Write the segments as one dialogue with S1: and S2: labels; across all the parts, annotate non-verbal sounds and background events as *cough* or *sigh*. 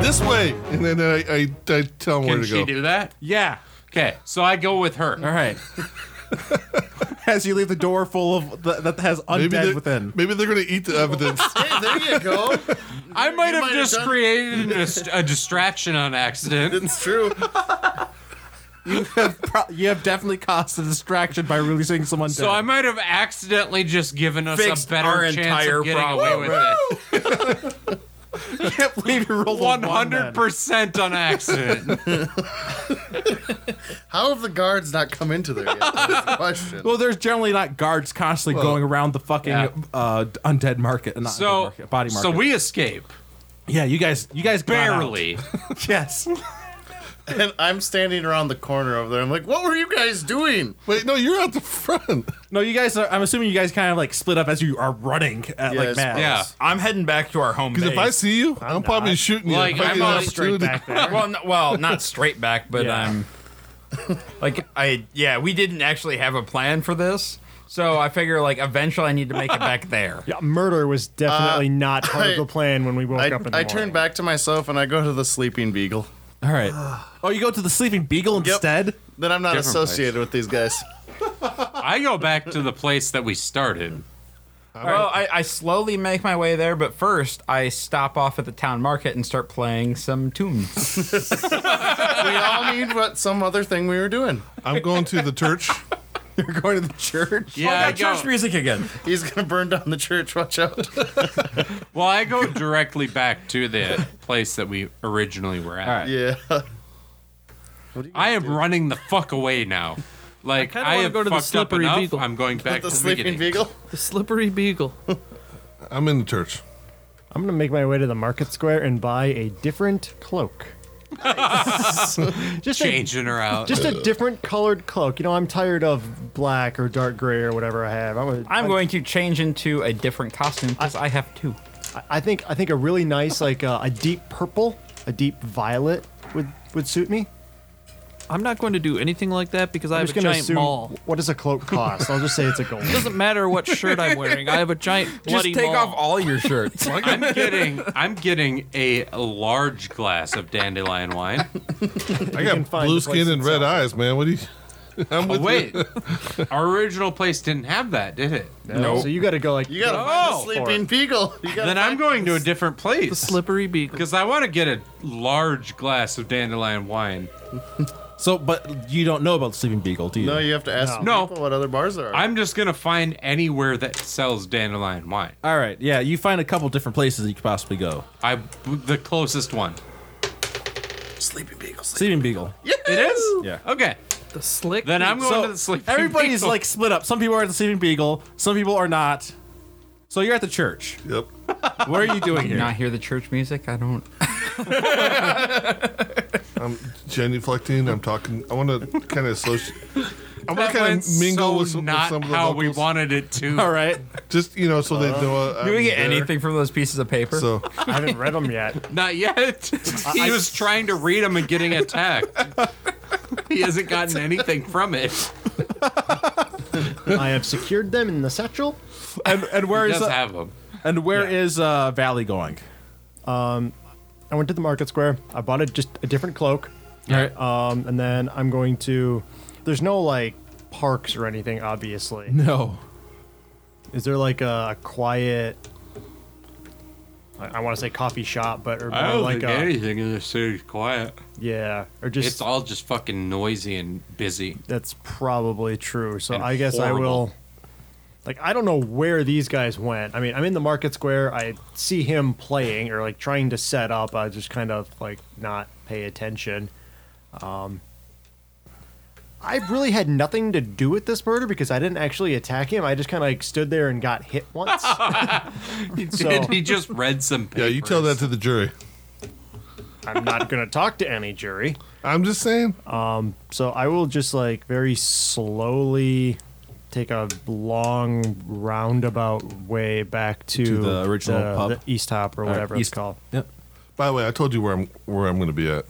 S1: This way, and then I I, I tell them where
S2: Can
S1: to
S2: she
S1: go.
S2: do that?
S3: Yeah.
S2: Okay, so I go with her.
S3: All right. As you leave the door full of the, that has undead
S1: maybe they're,
S3: within.
S1: maybe they're going to eat the evidence.
S4: *laughs* Hey, there you go.
S2: I might
S4: You
S2: have
S4: might have
S2: just
S4: done-
S2: created a, dis- a distraction on accident.
S4: It's true.
S3: Pro- you have definitely caused a distraction by releasing some undead.
S2: So I might have accidentally just given us
S4: Fixed
S2: a better
S4: our
S2: chance
S4: entire
S2: of getting
S4: problem.
S2: away with it.
S3: I *laughs* can't believe you rolled
S2: One
S3: a one then.
S2: hundred percent on accident.
S4: How have the guards not come into there yet? That's
S1: *laughs*
S4: the question.
S3: Well, there's generally not guards constantly going around the fucking
S2: yeah.
S3: uh, undead market. Not undead
S2: So
S3: market, body market.
S2: so we escape
S3: yeah, you guys, you guys got out.
S2: barely.
S3: *laughs* Yes.
S4: and I'm standing around the corner over there. I'm like, what were you guys doing?
S1: Wait, no, you're out the front.
S3: No, you guys. Are, I'm assuming you guys kind of like split up as you are running at like
S4: Yes,
S3: mad.
S2: Yeah.
S5: I'm heading back to our home base.
S1: Because if I see you, I'm, probably shooting
S2: Like,
S1: you. if I
S2: I'm
S1: get an
S2: on
S1: opportunity.
S5: straight back there. well, no, well, *laughs* not straight back, but
S3: Yeah.
S5: um, like I yeah, we didn't actually have a plan for this, so I figure like eventually I need to make it back there.
S6: Yeah, murder was definitely not part
S4: I-
S6: of the plan when we woke
S4: I,
S6: up in the
S4: I
S6: morning.
S4: turn back to myself and I go to the sleeping beagle.
S3: All right. Oh, you go to the sleeping beagle
S4: Yep.
S3: instead.
S4: Then I'm not
S2: Different
S4: associated with these guys.
S2: *laughs* I go back to the place that we started.
S5: Well, I, I slowly make my way there, but first I stop off at the town market and start playing some tunes.
S4: We all need what some other thing we were doing.
S1: I'm going to the church.
S3: You're going to the church.
S2: Yeah, I go,
S5: music again.
S4: He's gonna burn down the church. Watch out.
S2: well, I go directly back to the place that we originally were at.
S4: Yeah.
S2: I am running the fuck away now. Like
S7: kinda
S2: I,
S7: wanna
S2: have
S7: go to the
S2: fucked up
S7: slippery
S2: enough.
S7: beagle.
S2: I'm going back
S4: the
S2: to the
S4: sleeping
S2: beginning.
S4: beagle.
S7: The slippery beagle.
S1: I'm in the church.
S6: I'm gonna make my way to the market square and buy a different cloak. just a,
S2: Changing her out.
S6: just a different colored cloak. You know, I'm tired of black or dark gray or whatever I have. I'm, gonna-
S5: I'm going to change into a different costume because I have two.
S6: I think I think a really nice like uh, a deep purple, a deep violet would would suit me.
S7: I'm not going to do anything like that because I
S6: I'm
S7: have a
S6: just gonna
S7: giant
S6: assume
S7: mall.
S6: what does a cloak cost? I'll just say it's a gold.
S7: It doesn't matter what shirt I'm wearing. I have a giant
S5: Just
S7: bloody
S5: take
S7: mall.
S5: off all your
S1: *laughs*
S5: shirts.
S2: I'm getting I'm getting a large glass of dandelion wine.
S1: I
S6: can
S1: got
S6: find
S1: blue
S6: the place
S1: skin and red
S6: itself.
S1: eyes, man. What do you? I'm with
S2: Oh, Wait,
S1: *laughs*
S2: our original place didn't have that, did it?
S5: Nope.
S6: So you got to go like
S4: You gotta
S2: Oh.
S4: find the sleeping beagle. You
S2: *laughs*
S4: gotta
S2: Then I'm
S4: find-
S2: going to a different place
S7: Slippery beagle.
S2: because I want to get a large glass of dandelion wine.
S3: *laughs* So, but you don't know about the sleeping beagle, do you?
S4: No, you have to ask
S2: No.
S4: people what other bars there are.
S2: I'm just gonna find anywhere that sells dandelion wine.
S3: All right. Yeah, you find a couple different places that you could possibly go.
S2: I the closest one.
S4: sleeping beagles.
S3: Sleeping beagle.
S2: It is.
S3: Yeah.
S2: Okay.
S7: The slick.
S2: Then I'm going
S3: So,
S2: to the sleeping.
S3: Everybody's
S2: Beagle.
S3: like split up. Some people are at the sleeping beagle. Some people are not. So you're at the church.
S1: Yep.
S3: What
S6: *laughs*
S3: are you doing
S5: Did
S3: here?
S5: not hear the church music. I don't.
S1: I'm genuflecting. I'm talking. I want to kind of associate. I want
S2: That
S1: to kind
S2: went
S1: of mingle
S2: so
S1: with, some, with
S2: not
S1: some of the
S2: how
S1: locals.
S2: we wanted it
S1: *laughs*
S2: to.
S3: All right.
S1: Just you know, so they know. Uh,
S5: *laughs* Do
S1: I'm
S5: we get
S1: there.
S5: anything from those pieces of paper?
S1: So
S6: I haven't read them yet.
S2: Not yet. he was trying to read them and getting attacked. he hasn't gotten anything from it.
S6: I have secured them in the satchel.
S3: And and where
S2: He
S3: is
S2: does
S3: uh,
S2: have them.
S3: and where is uh, Valley going?
S6: I went to the market square. I bought a, just a different cloak.
S3: All right.
S6: Um, and then I'm going to. There's no like parks or anything, obviously.
S3: no.
S6: Is there like a quiet? I, I want to say coffee shop, but or
S3: Oh,
S6: more like a
S2: anything in the city's quiet.
S6: yeah, or
S2: It's
S6: just
S2: all just fucking noisy and busy.
S6: that's probably true. So
S2: And
S6: I guess I
S2: horrible.
S6: will. Like I don't know where these guys went. I mean, I'm in the market square. I see him playing or like trying to set up. I just kind of like not pay attention. Um, I really had nothing to do with this murder because I didn't actually attack him. I just kind of like stood there and got hit
S2: *laughs*
S6: once. so
S2: he just read some
S1: yeah,
S2: papers.
S1: you tell that to the jury.
S6: I'm not gonna talk to any jury.
S1: I'm just saying.
S6: So I will just like very slowly take a long roundabout way back to,
S3: To the original
S6: the-
S3: pub?
S6: the East Hop or
S3: All right,
S6: whatever it's
S3: east-
S6: called.
S3: Yep.
S1: By the way, I told you where I'm where I'm going to be at.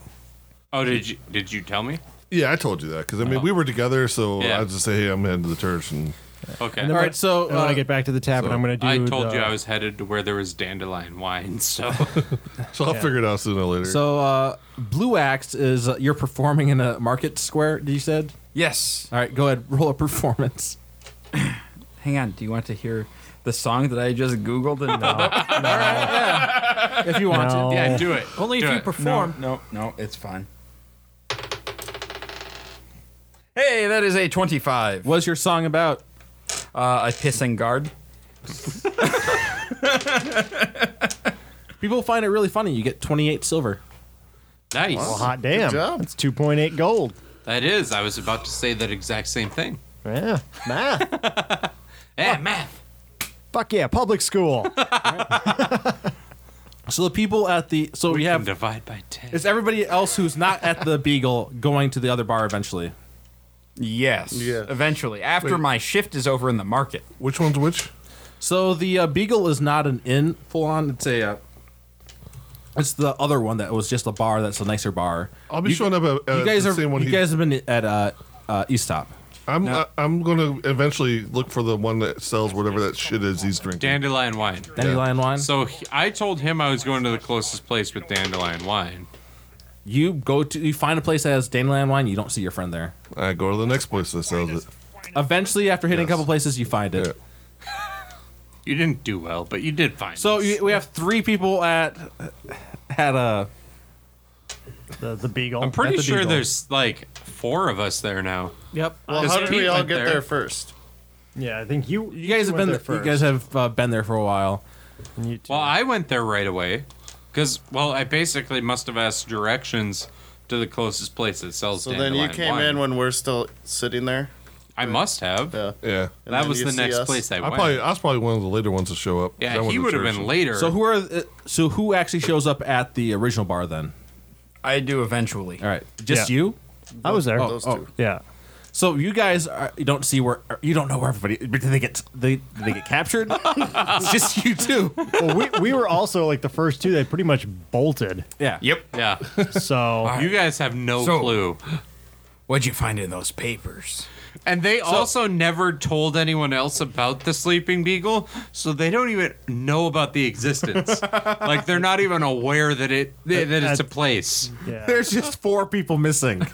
S2: Oh, did you did you tell me?
S1: Yeah, I told you that because I mean we were together, so
S2: Yeah.
S1: I just say, "Hey, I'm heading to the church," and
S2: Okay.
S3: All right, so
S6: when I
S3: uh,
S6: get back to the tavern, I'm going to do.
S2: I told
S6: the-
S2: you I
S6: *laughs*
S2: was headed to where there was dandelion wine, *laughs* so
S1: so I'll figure it out sooner or later.
S3: so uh, Blue Axe is uh, you're performing in a market square. You said.
S5: Yes.
S3: All right, go ahead. *laughs* Roll a performance.
S5: Hang on. Do you want to hear the song that I just Googled? And
S3: If you want
S6: No.
S3: to.
S2: yeah, do it.
S6: Oh.
S7: Only
S2: Do
S7: if you
S2: it.
S7: perform.
S5: Um, No, no, it's fine. Hey, that is a 25.
S3: What's your song about?
S5: Uh, a pissing guard.
S3: People find it really funny. You get 28 silver.
S2: Nice.
S6: Well, hot damn!
S4: job.
S6: It's 2.8 gold.
S2: That is. I was about to say that exact same thing.
S6: Yeah, *laughs* math.
S2: Yeah, math.
S6: Fuck yeah, public school.
S3: So the people at the so we,
S2: We can
S3: have
S2: divide by ten.
S3: is everybody else who's not at the Beagle going to the other bar eventually?
S5: Yes.
S4: Yeah.
S5: Eventually, after my shift is over in the market.
S1: which one's which?
S3: So the uh, Beagle is not an inn full on. It's a uh, it's the other one that was just a bar. That's a nicer bar.
S1: I'll be
S3: You-
S1: showing up at, at
S3: you guys
S1: the
S3: are
S1: same one.
S3: you
S1: he-
S3: guys have been at uh, uh, East Top.
S1: I'm I, am i gonna eventually look for the one that sells whatever that shit is he's drinking.
S2: Dandelion wine.
S3: Dandelion wine.
S2: So he- I told him I was going to the closest place with dandelion wine.
S3: you go to you find a place that has dandelion wine. You don't see your friend there.
S1: I go to the next place that sells it.
S3: Eventually, after hitting
S1: Yes.
S3: a couple places, you find it.
S1: Yeah.
S2: You didn't do well, but you did fine.
S3: So
S2: us.
S3: you, we have three people at at uh, a.
S6: the, the beagle.
S2: I'm pretty
S3: the
S2: sure
S3: Beagle.
S2: there's like four of us there now.
S7: Yep.
S4: Well,
S2: Does
S4: how did
S2: Pete
S4: we all
S2: went
S4: get
S2: there?
S4: there, first?
S6: yeah, I think you.
S3: You guys have
S6: went
S3: been
S6: there
S3: there.
S6: first.
S3: You guys have uh, been there for a while.
S6: And you two-
S2: Well, I went there right away because well, I basically must have asked directions to the closest place that sells.
S4: So then you
S2: dandelion
S4: came
S2: wine.
S4: in when we're still sitting there.
S2: I must have.
S4: Yeah.
S1: Yeah,
S4: And
S2: that
S4: then
S2: was
S4: you
S2: the
S4: see
S2: next
S4: us.
S2: place I
S1: I
S2: went.
S1: probably I was probably one of the later ones to show up. 'cause I
S2: yeah,
S1: went
S2: he
S1: to
S2: would have
S1: church.
S2: been later.
S3: So who are uh, so who actually shows up at the original bar then?
S5: I do eventually.
S3: All right, just
S6: Yeah.
S3: you.
S6: I was
S3: Oh,
S6: there.
S4: Those two.
S6: Oh, Yeah.
S3: So you guys are, you don't see where you don't know where everybody. Did they get they did they get captured? it's just you two.
S6: Well, we, we were also like the first two. They pretty much
S2: *laughs*
S6: bolted.
S3: Yeah.
S5: Yep.
S3: *laughs*
S2: Yeah,
S6: So
S2: you guys have no
S5: So-
S2: clue.
S5: What'd you find in those papers?
S2: And they also never told anyone else about the sleeping beagle, so they don't even know about the existence. like they're not even aware that it that it's a place.
S6: yeah.
S3: There's just four people missing.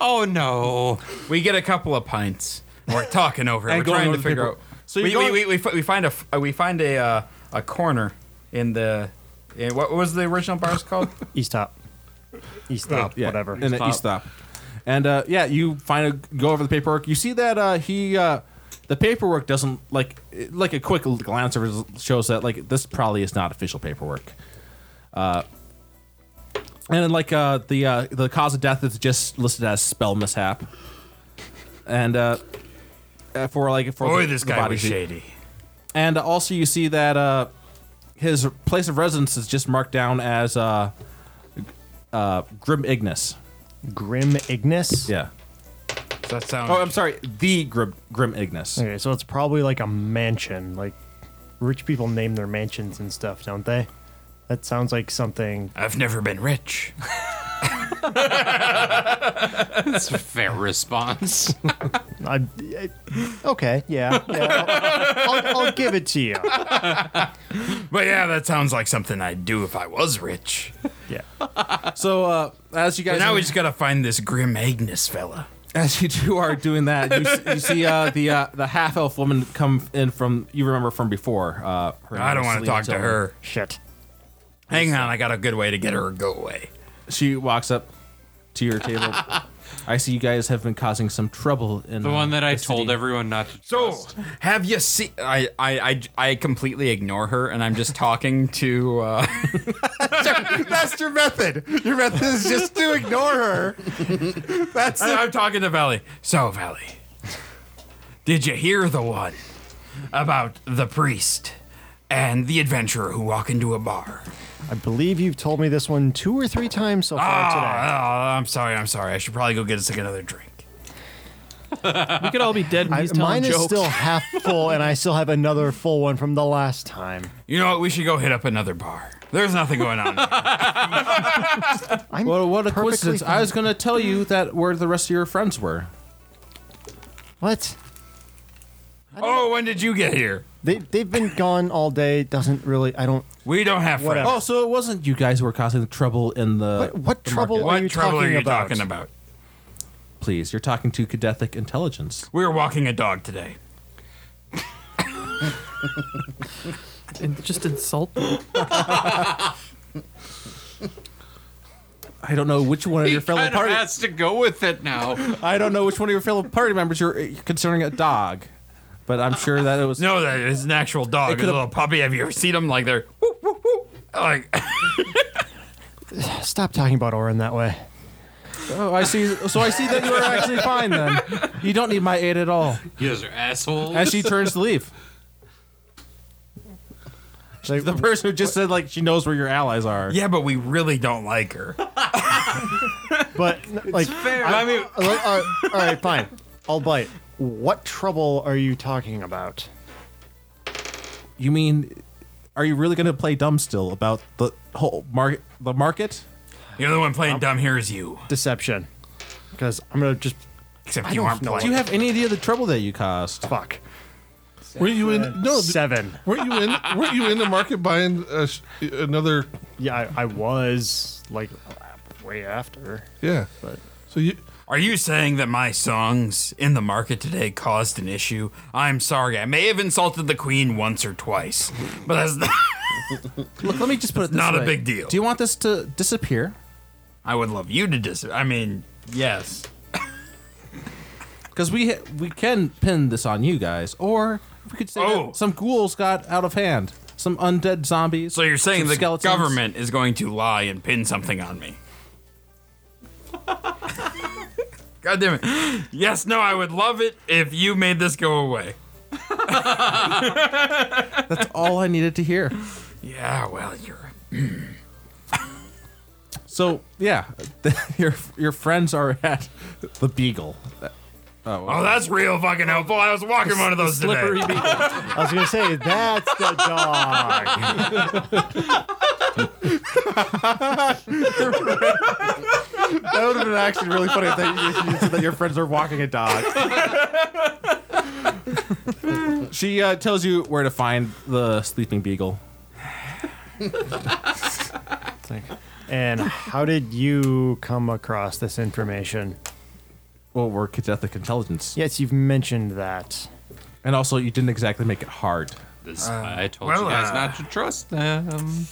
S2: Oh no!
S5: We get a couple of pints. We're talking over
S3: *laughs*
S5: it.
S3: And
S5: We're
S3: going
S5: trying
S3: over
S5: to
S3: the
S5: figure
S3: paper.
S5: out.
S3: So
S5: we,
S3: you're
S5: we,
S3: going-
S5: we, we, fi- we find a f- uh, we find a uh, a corner in the in, what was the original bar's called?
S6: *laughs*
S3: *laughs*
S6: East top. East top.
S3: Yeah,
S6: Whatever.
S3: And then you stop. And uh, yeah, you find a, go over the paperwork. You see that uh, he uh, the paperwork doesn't like it- like a quick glance over it shows that like this probably is not official paperwork. Uh, and then like uh, the uh, the cause of death is just listed as spell mishap. And uh, uh, for like for
S5: Boy,
S3: the-
S5: this
S3: the
S5: guy
S3: body
S5: was
S3: sheet.
S5: shady.
S3: And also, you see that uh, his place of residence is just marked down as uh, uh, Grim Ignis.
S6: Grim Ignis.
S3: Yeah.
S5: Does that sound?
S3: Oh, I'm sorry. The Grim, Grim Ignis.
S6: Okay, so it's probably like a mansion. Like rich people name their mansions and stuff, don't they? That sounds like something.
S5: I've never been rich.
S2: That's a fair response.
S6: I, I- okay, yeah, yeah. I'll, I'll, I'll give
S3: *laughs*
S6: it to you.
S5: But yeah, that sounds like something I'd do if I was rich.
S6: Yeah.
S3: So uh, as you
S5: But
S3: guys
S5: now we just gotta find this Grim Agnes fella.
S3: *laughs* as you two are doing that, you, s- you see uh, the uh, the half elf woman come in from you remember from before. Uh, her
S5: I
S3: name
S5: don't
S3: is
S5: want to
S3: Selena
S5: talk to
S3: Tillman.
S5: her.
S6: Shit.
S5: Hang on, I got a good way to get her to go away.
S3: She walks up to your
S5: *laughs*
S3: table. I see you guys have been causing some trouble in
S2: the
S3: uh,
S2: one that I told
S3: city.
S2: everyone not to.
S5: So,
S2: trust.
S5: have you seen? I, I, I, I completely ignore her, and I'm just talking to.
S3: *laughs*
S5: Uh,
S3: That's your method. Your method is just to ignore
S5: *laughs*
S3: her. That's
S5: I- I'm talking to Valley. So, Valley, did you hear the one about the priest and the adventurer who walk into a bar?
S6: I believe you've told me this one two or three times so far today.
S5: Ah, I'm sorry, I'm sorry. I should probably go get us like another drink.
S7: We could all be dead and
S6: I,
S7: he's telling
S6: mine is
S7: jokes.
S6: still half full, and I still have another full one from the last time.
S5: You know what? We should go hit up another bar. There's nothing going on. here.
S6: I'm
S3: Well, what a
S6: perfectly
S3: coincidence! I
S6: fine.
S3: was gonna tell you that where the rest of your friends were.
S6: What?
S5: oh, when did you get here?
S6: They they've been gone all day. Doesn't really. I don't.
S5: We don't have friends.
S6: Whatever.
S3: Oh, so it wasn't you guys who were causing the trouble in the.
S6: What, what
S3: the
S6: trouble
S3: market.
S5: What
S6: are you
S5: trouble
S6: talking
S5: are you
S6: about?
S5: talking about?
S3: Please, you're talking to Cadethic Intelligence.
S5: We were walking a dog today.
S7: And just insult them.
S3: I don't know which one of your
S2: He
S3: fellow
S2: kind of
S3: party.
S2: has to go with it now.
S3: I don't know which one of your fellow party members you're uh, considering a dog, but I'm sure that it was.
S5: No, that is an actual dog. It's a
S3: could've-
S5: little puppy. Have you ever seen them? Like they're whoop, whoop, whoop. Like *laughs*
S6: Stop talking about Orin that way.
S3: Oh, I see. So I see that you are actually fine then. You don't need my aid at all.
S2: You guys are assholes.
S3: As she turns to leave,
S6: Like,
S3: the person who just said like she knows where your allies are.
S5: yeah, but we really don't like her.
S6: but like,
S2: Fair.
S6: I mean, all right, fine. I'll bite. What trouble are you talking about?
S3: You mean, are you really gonna play dumb still about the whole market? The market?
S5: The only one playing dumb here is you.
S6: Deception. Because I'm gonna just
S5: Except
S6: I
S5: you
S6: don't
S5: aren't
S6: know.
S5: playing.
S3: Do you have any idea the trouble that you caused?
S6: fuck.
S1: Were you in? No, th-
S6: Seven.
S1: weren't you in? Weren't you in the market buying uh, sh- another?
S6: Yeah, I, I was like way after.
S1: Yeah.
S6: But-
S1: So you
S5: Are you saying that my songs in the market today caused an issue? I'm sorry. I may have insulted the queen once or twice, but that's *laughs* not,
S3: Look, let me just put it. This
S5: not a
S3: way.
S5: big deal.
S3: Do you want this to disappear?
S5: I would love you to dis. I mean, yes.
S3: Because we ha- we can pin this on you guys, or we could say that
S5: Oh.
S3: some ghouls got out of hand, some undead zombies.
S5: So you're saying
S3: some
S5: the
S3: skeletons.
S5: government is going to lie and pin something on me? God damn it. Yes, no, I would love it if you made this go away.
S3: That's all I needed to hear.
S5: Yeah, well, you're.
S3: So yeah, *laughs* your your friends are at the Beagle.
S5: Oh, that's real fucking helpful. I was walking one of those
S7: Slippery
S5: today.
S7: beetle.
S6: I was gonna say that's the dog.
S3: That would have been actually really funny if they, you said that your friends are walking a dog. she uh, tells you where to find the sleeping beagle.
S6: And how did you come across this information?
S3: Well, we're Cadethic intelligence,
S6: Yes, you've mentioned that.
S3: and also you didn't exactly make it hard.
S2: This- I told
S5: well,
S2: you guys
S5: uh,
S2: not to trust them.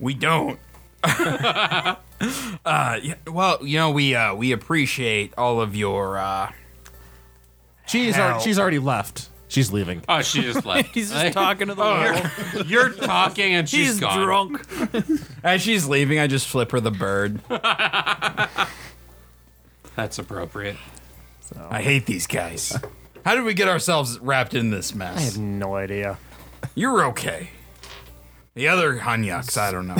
S5: We don't. *laughs* uh, yeah, well, you know, we uh, we appreciate all of your. Uh,
S3: She's
S5: Hell.
S3: already, she's already left. She's leaving.
S2: Oh, she just left.
S7: He's
S2: Like,
S7: just talking to the
S2: oh,
S7: wall.
S2: you're, you're talking and she's
S7: He's
S2: gone.
S7: drunk.
S5: as she's leaving, I just flip her the bird.
S2: That's appropriate.
S5: I hate these guys. How did we get ourselves wrapped in this mess?
S6: I have no idea.
S5: You're okay. The other Hanyaks,
S2: *laughs*
S5: I don't know.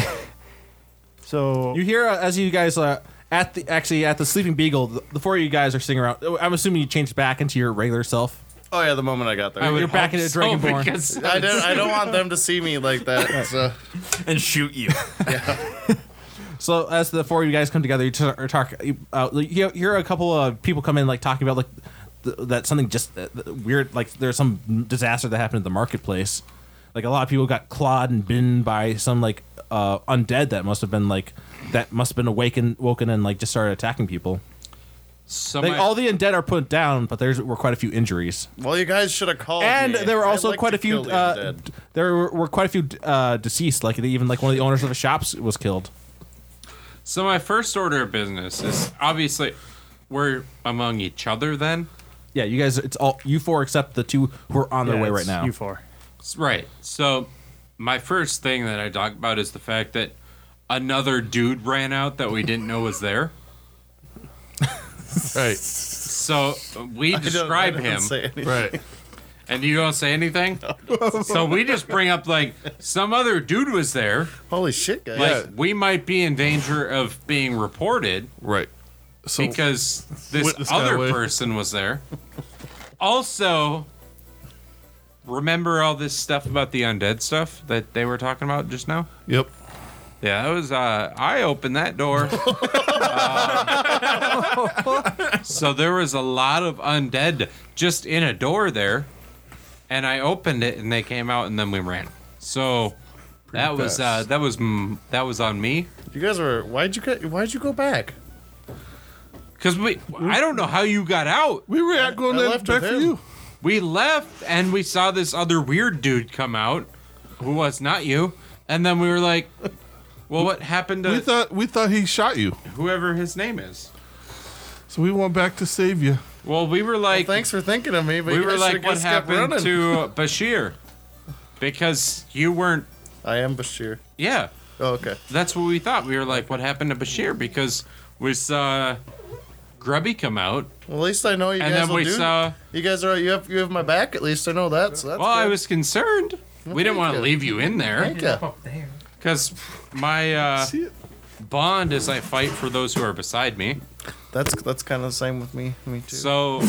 S6: So
S3: You hear uh, as you guys uh, at the actually at the sleeping beagle, the, the four of you guys are sitting around. Uh, I'm assuming you changed back into your regular self.
S4: Oh yeah, the moment I got there. I,
S3: You're back into
S2: so,
S3: Dragonborn.
S4: *laughs*
S2: because
S4: don't, I don't want them to see me like that. So.
S5: and shoot you.
S3: So as the four of you guys come together, you t- are talk. you, Uh, you hear- hear a couple of people come in, like talking about like th- that something just uh, th- weird. Like there's some disaster that happened at the marketplace. Like a lot of people got clawed and bitten by some like uh, undead that must have been like that must have been awakened, woken, and like just started attacking people.
S2: so
S3: Like
S2: my-
S3: all the undead are put down, but there were quite a few injuries,
S4: Well, you guys should have called.
S3: and
S4: me.
S3: there were
S4: I
S3: also
S4: like
S3: quite
S4: to
S3: a few.
S4: kill the
S3: Uh,
S4: undead.
S3: d- there were, were quite a few uh, deceased. Like even like one of the owners of the shops was killed.
S2: So my first order of business is obviously we're among each other then.
S3: Yeah, you guys, it's all you four except the two who are on their
S6: Yeah,
S3: way right
S6: it's
S3: now.
S6: You four.
S2: S- Right. So my first thing that I talk about is the fact that another dude ran out that we didn't know was there.
S1: right,
S2: So we
S4: I don't-
S2: *laughs*
S4: I
S2: describe
S4: don't
S2: him
S4: say anything.
S1: right.
S2: and you don't say
S4: *laughs*
S2: anything. So we just bring up like some other dude was there.
S4: Holy shit, guys!
S2: Like we might be in danger of being reported.
S1: Right. So
S2: because this
S1: witness got
S2: other
S1: away.
S2: person was there. Also, remember all this stuff about the undead stuff that they were talking about just now?
S1: Yep.
S2: Yeah, that was. Uh, I opened
S1: *laughs*
S2: that door. Um, so there was a lot of undead just in a door there, and I opened it, and they came out, and then we ran. So that was uh,
S1: fast.
S2: that was mm, that was on me
S4: You guys were. Why'd you go? Why'd you go back?
S2: because we. I don't know how you got out.
S1: We were out going
S4: I
S1: there
S4: left
S1: back
S4: with
S1: for
S4: him.
S1: you.
S2: We left, and we saw this other weird dude come out, who was not you, and then we were like, "Well, what happened to
S1: We thought we thought he shot you,
S2: whoever his name is?"
S1: so we went back to save you.
S2: Well, we were like,
S4: Thanks for thinking of me, but
S2: we
S4: you
S2: were
S4: guys
S2: like,
S4: should've
S2: what
S4: just kept
S2: happened
S4: running."
S2: to Bashir? Because you weren't.
S4: I am Bashir.
S2: Yeah,
S4: Oh, okay.
S2: that's what we thought. We were like, what happened to Bashir? Because we saw Grubby come out,
S4: Well, at least I know you
S2: and
S4: guys
S2: then
S4: will
S2: we
S4: do.
S2: saw.
S4: You guys are. You have. You have my back. At least I know that. So that's.
S2: Well, I
S4: good.
S2: was concerned. We didn't
S4: thank
S2: want to
S4: you.
S2: leave you in there
S4: Thank you.
S7: Up Oh, there.
S2: because my uh,
S1: See it?
S2: bond is I fight for those who are beside me.
S4: That's that's kind of the same with me. Me too.
S2: So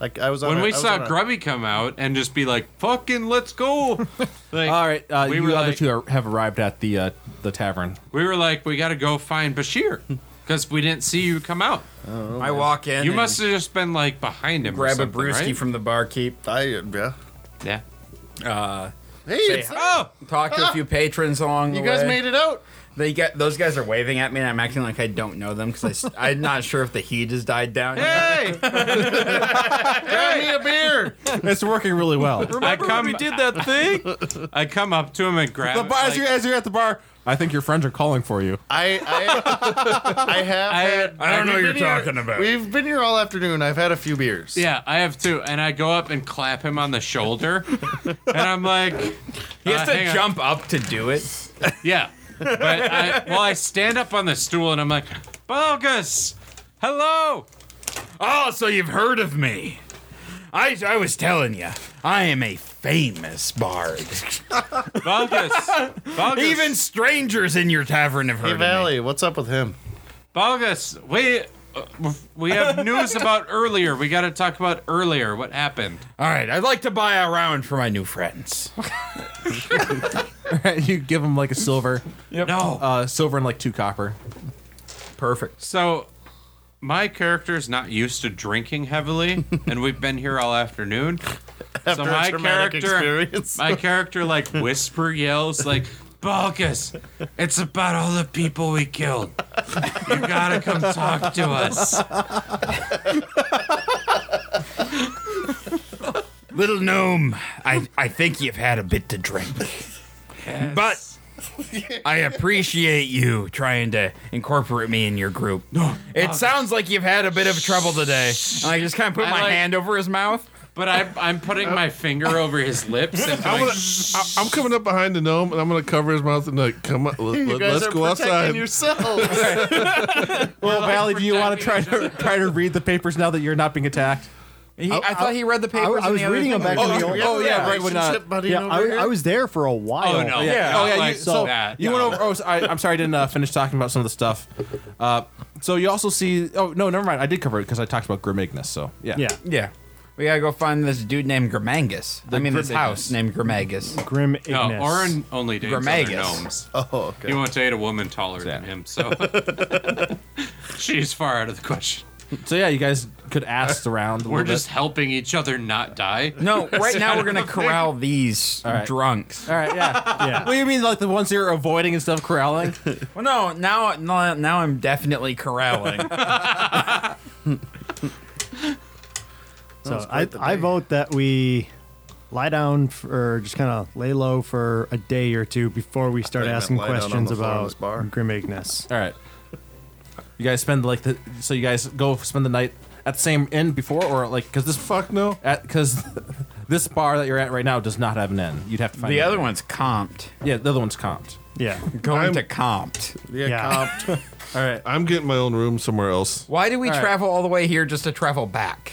S4: like I was on
S2: when
S4: a-
S2: we
S4: I was on
S2: saw
S4: a-
S2: Grubby come out and just be like, "Fucking let's go!" Like,
S3: All right, uh,
S2: We
S3: you
S2: were
S3: other
S2: like-
S3: two are, have arrived at the uh, the tavern.
S2: we were like, "We got to go find Bashir." Because we didn't see you come out.
S5: I walk in.
S2: Oh, You
S5: and
S2: must have just been like behind him. or
S5: grab a
S2: something,
S5: brewski
S2: right?
S5: from the barkeep.
S4: I yeah.
S2: Yeah.
S4: Hey,
S5: Say
S4: it's,
S5: hi.
S2: Oh,
S5: Talk to a few patrons along
S4: Ah! you
S5: the
S4: guys
S5: way.
S4: made it out.
S5: They get those guys are waving at me, and I'm acting like I don't know them because I'm not sure if the heat has died down.
S2: hey!
S4: Grab me a beer.
S3: *laughs* It's working really well. the
S2: *laughs* I come. We did that thing. *laughs* I come up to him and grab. him,
S3: bar, as you
S2: like,
S3: guys are at *laughs* the bar, I think your friends are calling for you.
S4: I I, *laughs* I have.
S2: I-
S4: had,
S5: I don't know what
S4: we've
S5: you're
S4: been here-
S5: talking about.
S4: We've been here all afternoon. I've had a few beers.
S2: yeah, I have two, and I go up and clap him on the shoulder, and I'm like,
S5: He has
S2: uh,
S5: to
S2: hang on.
S5: jump up to do it.
S2: Yeah, but I, well, I stand up on the stool and I'm like, Balgus, hello.
S5: Oh, so you've heard of me? I I was telling you, I am a famous bard.
S2: Balgus, Balgus,
S5: Even strangers in your tavern have heard
S4: Hey
S5: of me.
S4: Valley, what's up with him?
S2: Balgus, we uh, we have news about earlier. We got to talk about earlier. What happened?
S5: All right, I'd like to buy a round for my new friends.
S3: *laughs* you give them like a silver,
S2: No.
S3: uh, silver and like two copper.
S5: Perfect.
S2: So, my character's not used to drinking
S4: *laughs*
S2: heavily, and we've been here all afternoon. so
S4: After a
S2: my
S4: traumatic
S2: character,
S4: experience.
S2: my character, like whisper yells, like Balkus, it's about all the people we killed. You gotta come talk to us.
S5: Little gnome, I, I think you've had a bit to drink. But I appreciate you trying to incorporate me in your group.
S6: uh,
S5: It sounds like you've had a bit of trouble today. And I just kind of put
S2: I
S5: my
S2: like-
S5: hand over his mouth.
S2: But I'm, I'm putting my finger over his lips and
S1: I'm,
S2: going,
S1: gonna, I- I'm coming up behind the gnome and I'm gonna cover his mouth and like, come on, let,
S4: *laughs* You guys
S1: us
S4: are
S1: go
S4: protecting
S1: outside.
S4: yourselves.
S3: Well, Valley, do you want to try
S2: protecting
S3: to try to read the papers now that you're not being attacked?
S5: He, I, thought he read the
S6: Oh, I,
S5: papers.
S6: I
S5: and
S6: was
S5: the other
S6: reading them
S5: thing
S6: back
S5: was-
S6: in the
S3: Oh
S6: old.
S3: yeah, right. When, uh,
S4: Relationship buddy
S6: Yeah,
S4: over
S6: I,
S4: here.
S6: I was there for a while.
S2: "Oh no,
S3: yeah.
S2: not
S3: oh yeah.
S2: like
S3: you, so
S2: that.
S3: you
S2: no.
S3: went over. Oh, so I, I'm sorry, I didn't uh, finish talking about some of the stuff. Uh, so you also see. Oh no, never mind. I did cover it because I talked about Grimagnus. So yeah,
S6: Yeah.
S5: Yeah. We gotta go find this dude named Grimangus. I mean, this
S3: Grimagus.
S5: house named Grimagus.
S6: *laughs* Grim
S3: Oh,
S2: No,
S6: Ignis.
S2: Orin only dates other
S5: Grimagus.
S2: gnomes.
S4: Oh, okay.
S2: He won't date a woman taller than
S3: Yeah.
S2: him, so *laughs* she's far out of the question.
S3: So yeah, you guys could *laughs* ask around. A
S2: We're
S3: little bit.
S2: just helping each other not die.
S5: No, right now we're gonna corral these
S3: right.
S5: drunks.
S3: All right, yeah.
S6: Yeah.
S3: *laughs* Well, you mean like the ones you're avoiding and stuff *laughs* corralling?
S5: Well, no, now no, now I'm definitely corralling.
S6: So I, I vote that we lie down f- or just kind of lay low for a day or two before we start
S4: thought you meant
S6: asking
S4: lie down on
S6: questions
S4: the floor of this
S6: about
S4: bar.
S6: Grim Ignis.
S3: All right. You guys spend like the so you guys go spend the night at the same inn before or like because this
S1: Fuck no.
S3: at because *laughs* this bar that you're at right now does not have an inn. You'd have to find
S5: *laughs* the
S3: an
S5: other
S3: inn.
S5: one's comped.
S3: Yeah, the other one's comped.
S6: Yeah.
S5: Going
S1: I'm-
S5: to comped.
S4: yeah,
S6: Yeah.
S4: comped.
S3: All right.
S1: I'm getting my own room somewhere else.
S5: Why do we
S3: right.
S5: travel all the way here just to travel back?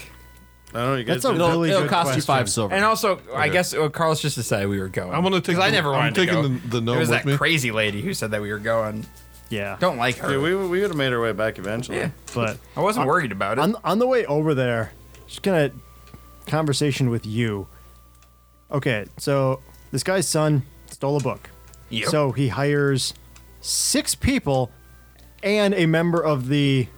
S4: I don't know. You guys.
S6: That's a
S4: did-
S3: It'll,
S6: Really
S3: it'll
S6: good
S3: cost you
S6: question.
S3: five silver.
S5: And also, I guess uh, Carlos just decided we were going.
S1: I'm gonna take
S5: 'Cause I
S1: the-
S5: never
S1: I'm
S5: wanted to
S1: taking
S5: go.
S1: the- the gnome
S5: It was
S1: with
S5: that
S1: me.
S5: crazy lady who said that we were going.
S6: Yeah.
S5: Don't like her.
S4: yeah, we we would have made our way back eventually.
S5: Yeah.
S6: But
S5: I wasn't worried about it.
S6: on on the way over there, just kind of conversation with you. Okay, so this guy's son stole a book.
S5: Yep.
S6: So he hires six people and a member of the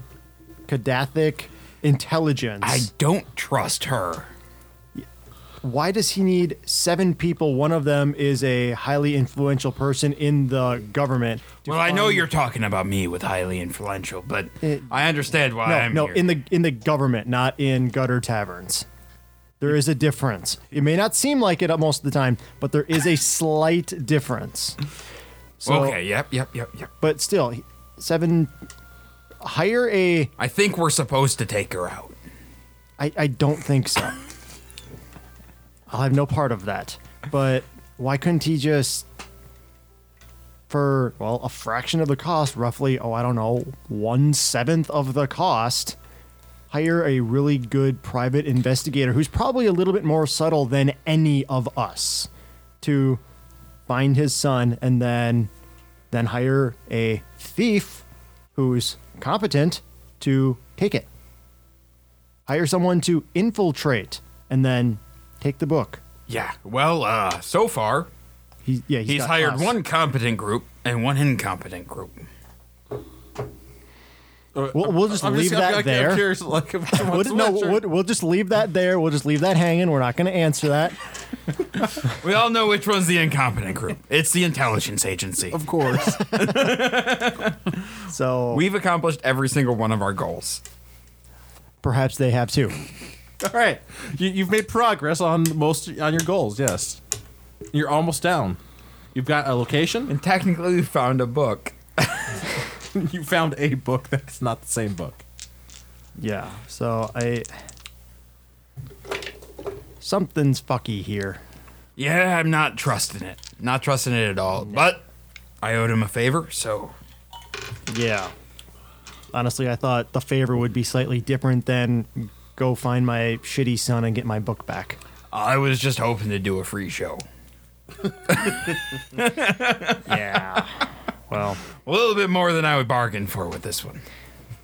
S6: Kadathic intelligence.
S5: I don't trust her.
S6: Why does he need seven people? One of them is a highly influential person in the government. to
S5: Well, I know
S6: find-
S5: you're talking about me with highly influential, but
S6: It-
S5: I understand why
S6: No,
S5: I'm
S6: no,
S5: here.
S6: in the in the government, not in gutter taverns. There is a difference. It may not seem like it most of the time, but there is a slight difference. So,
S5: okay, yep, yep, yep, yep.
S6: but still, he- seven. Hire a.
S5: I think we're supposed to take her out.
S6: I, I don't think so. I'll have no part of that. But why couldn't he just, for well, a fraction of the cost, roughly? Oh, I don't know, one seventh of the cost. Hire a really good private investigator who's probably a little bit more subtle than any of us to find his son and then then hire a thief who's competent to take it hire someone to infiltrate and then take the book.
S5: Yeah. Well, uh, so far
S6: He, yeah,
S5: he's
S6: got
S5: hired
S6: us.
S5: one competent group and one incompetent group.
S6: We'll, we'll just leave that
S3: Uh, I'm,
S6: there.
S3: I'm curious, like,
S6: We'll,
S3: what's
S6: no,
S3: what-
S6: we'll, we'll just leave that there. We'll just leave that hanging. We're not going to answer that,
S5: We all know which one's the incompetent
S6: *laughs*
S5: group. It's the intelligence agency.
S6: of course. so
S5: We've accomplished every single one of our goals.
S6: perhaps they have too.
S3: *laughs* All right, you, you've made progress on most on your goals. Yes, you're almost down. You've got a location.
S5: And technically, we found a book.
S3: *laughs* You found a book that's not the same book.
S6: Yeah. So I. Something's fucky here.
S5: Yeah, I'm not trusting it. Not trusting it at all. But I owed him a favor, so
S6: Yeah. Honestly, I thought the favor would be slightly different than go find my shitty son and get my book back.
S5: I was just hoping to do a free show.
S6: *laughs* Yeah. well.
S5: A little bit more than I would bargain for with this one.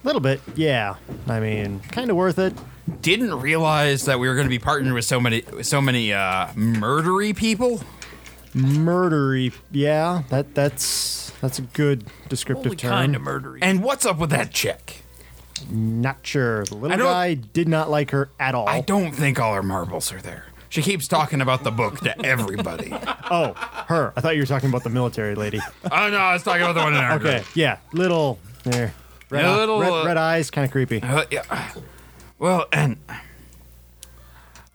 S6: little bit, yeah. I mean, kind of worth it.
S5: Didn't realize that we were going to be partnered with so many, so many uh, murdery people.
S6: Murdery, yeah. That that's that's a good descriptive
S7: Only
S6: term.
S7: kind of murdery.
S5: And what's up with that chick?
S6: Not sure. The
S5: I
S6: little
S5: don't-
S6: guy did not like her at all.
S5: I don't think all her marbles are there. She keeps talking about the book to everybody.
S6: *laughs*
S5: oh
S6: oh, her. I thought you were talking about the
S5: *laughs*
S6: military lady.
S5: no, I was talking about the one in our
S6: Okay,
S5: group.
S6: yeah. Little there. Red,
S5: Yeah,
S6: eye-
S5: little,
S6: red,
S5: uh,
S6: red eyes, kind of creepy.
S5: Uh, yeah. Well, and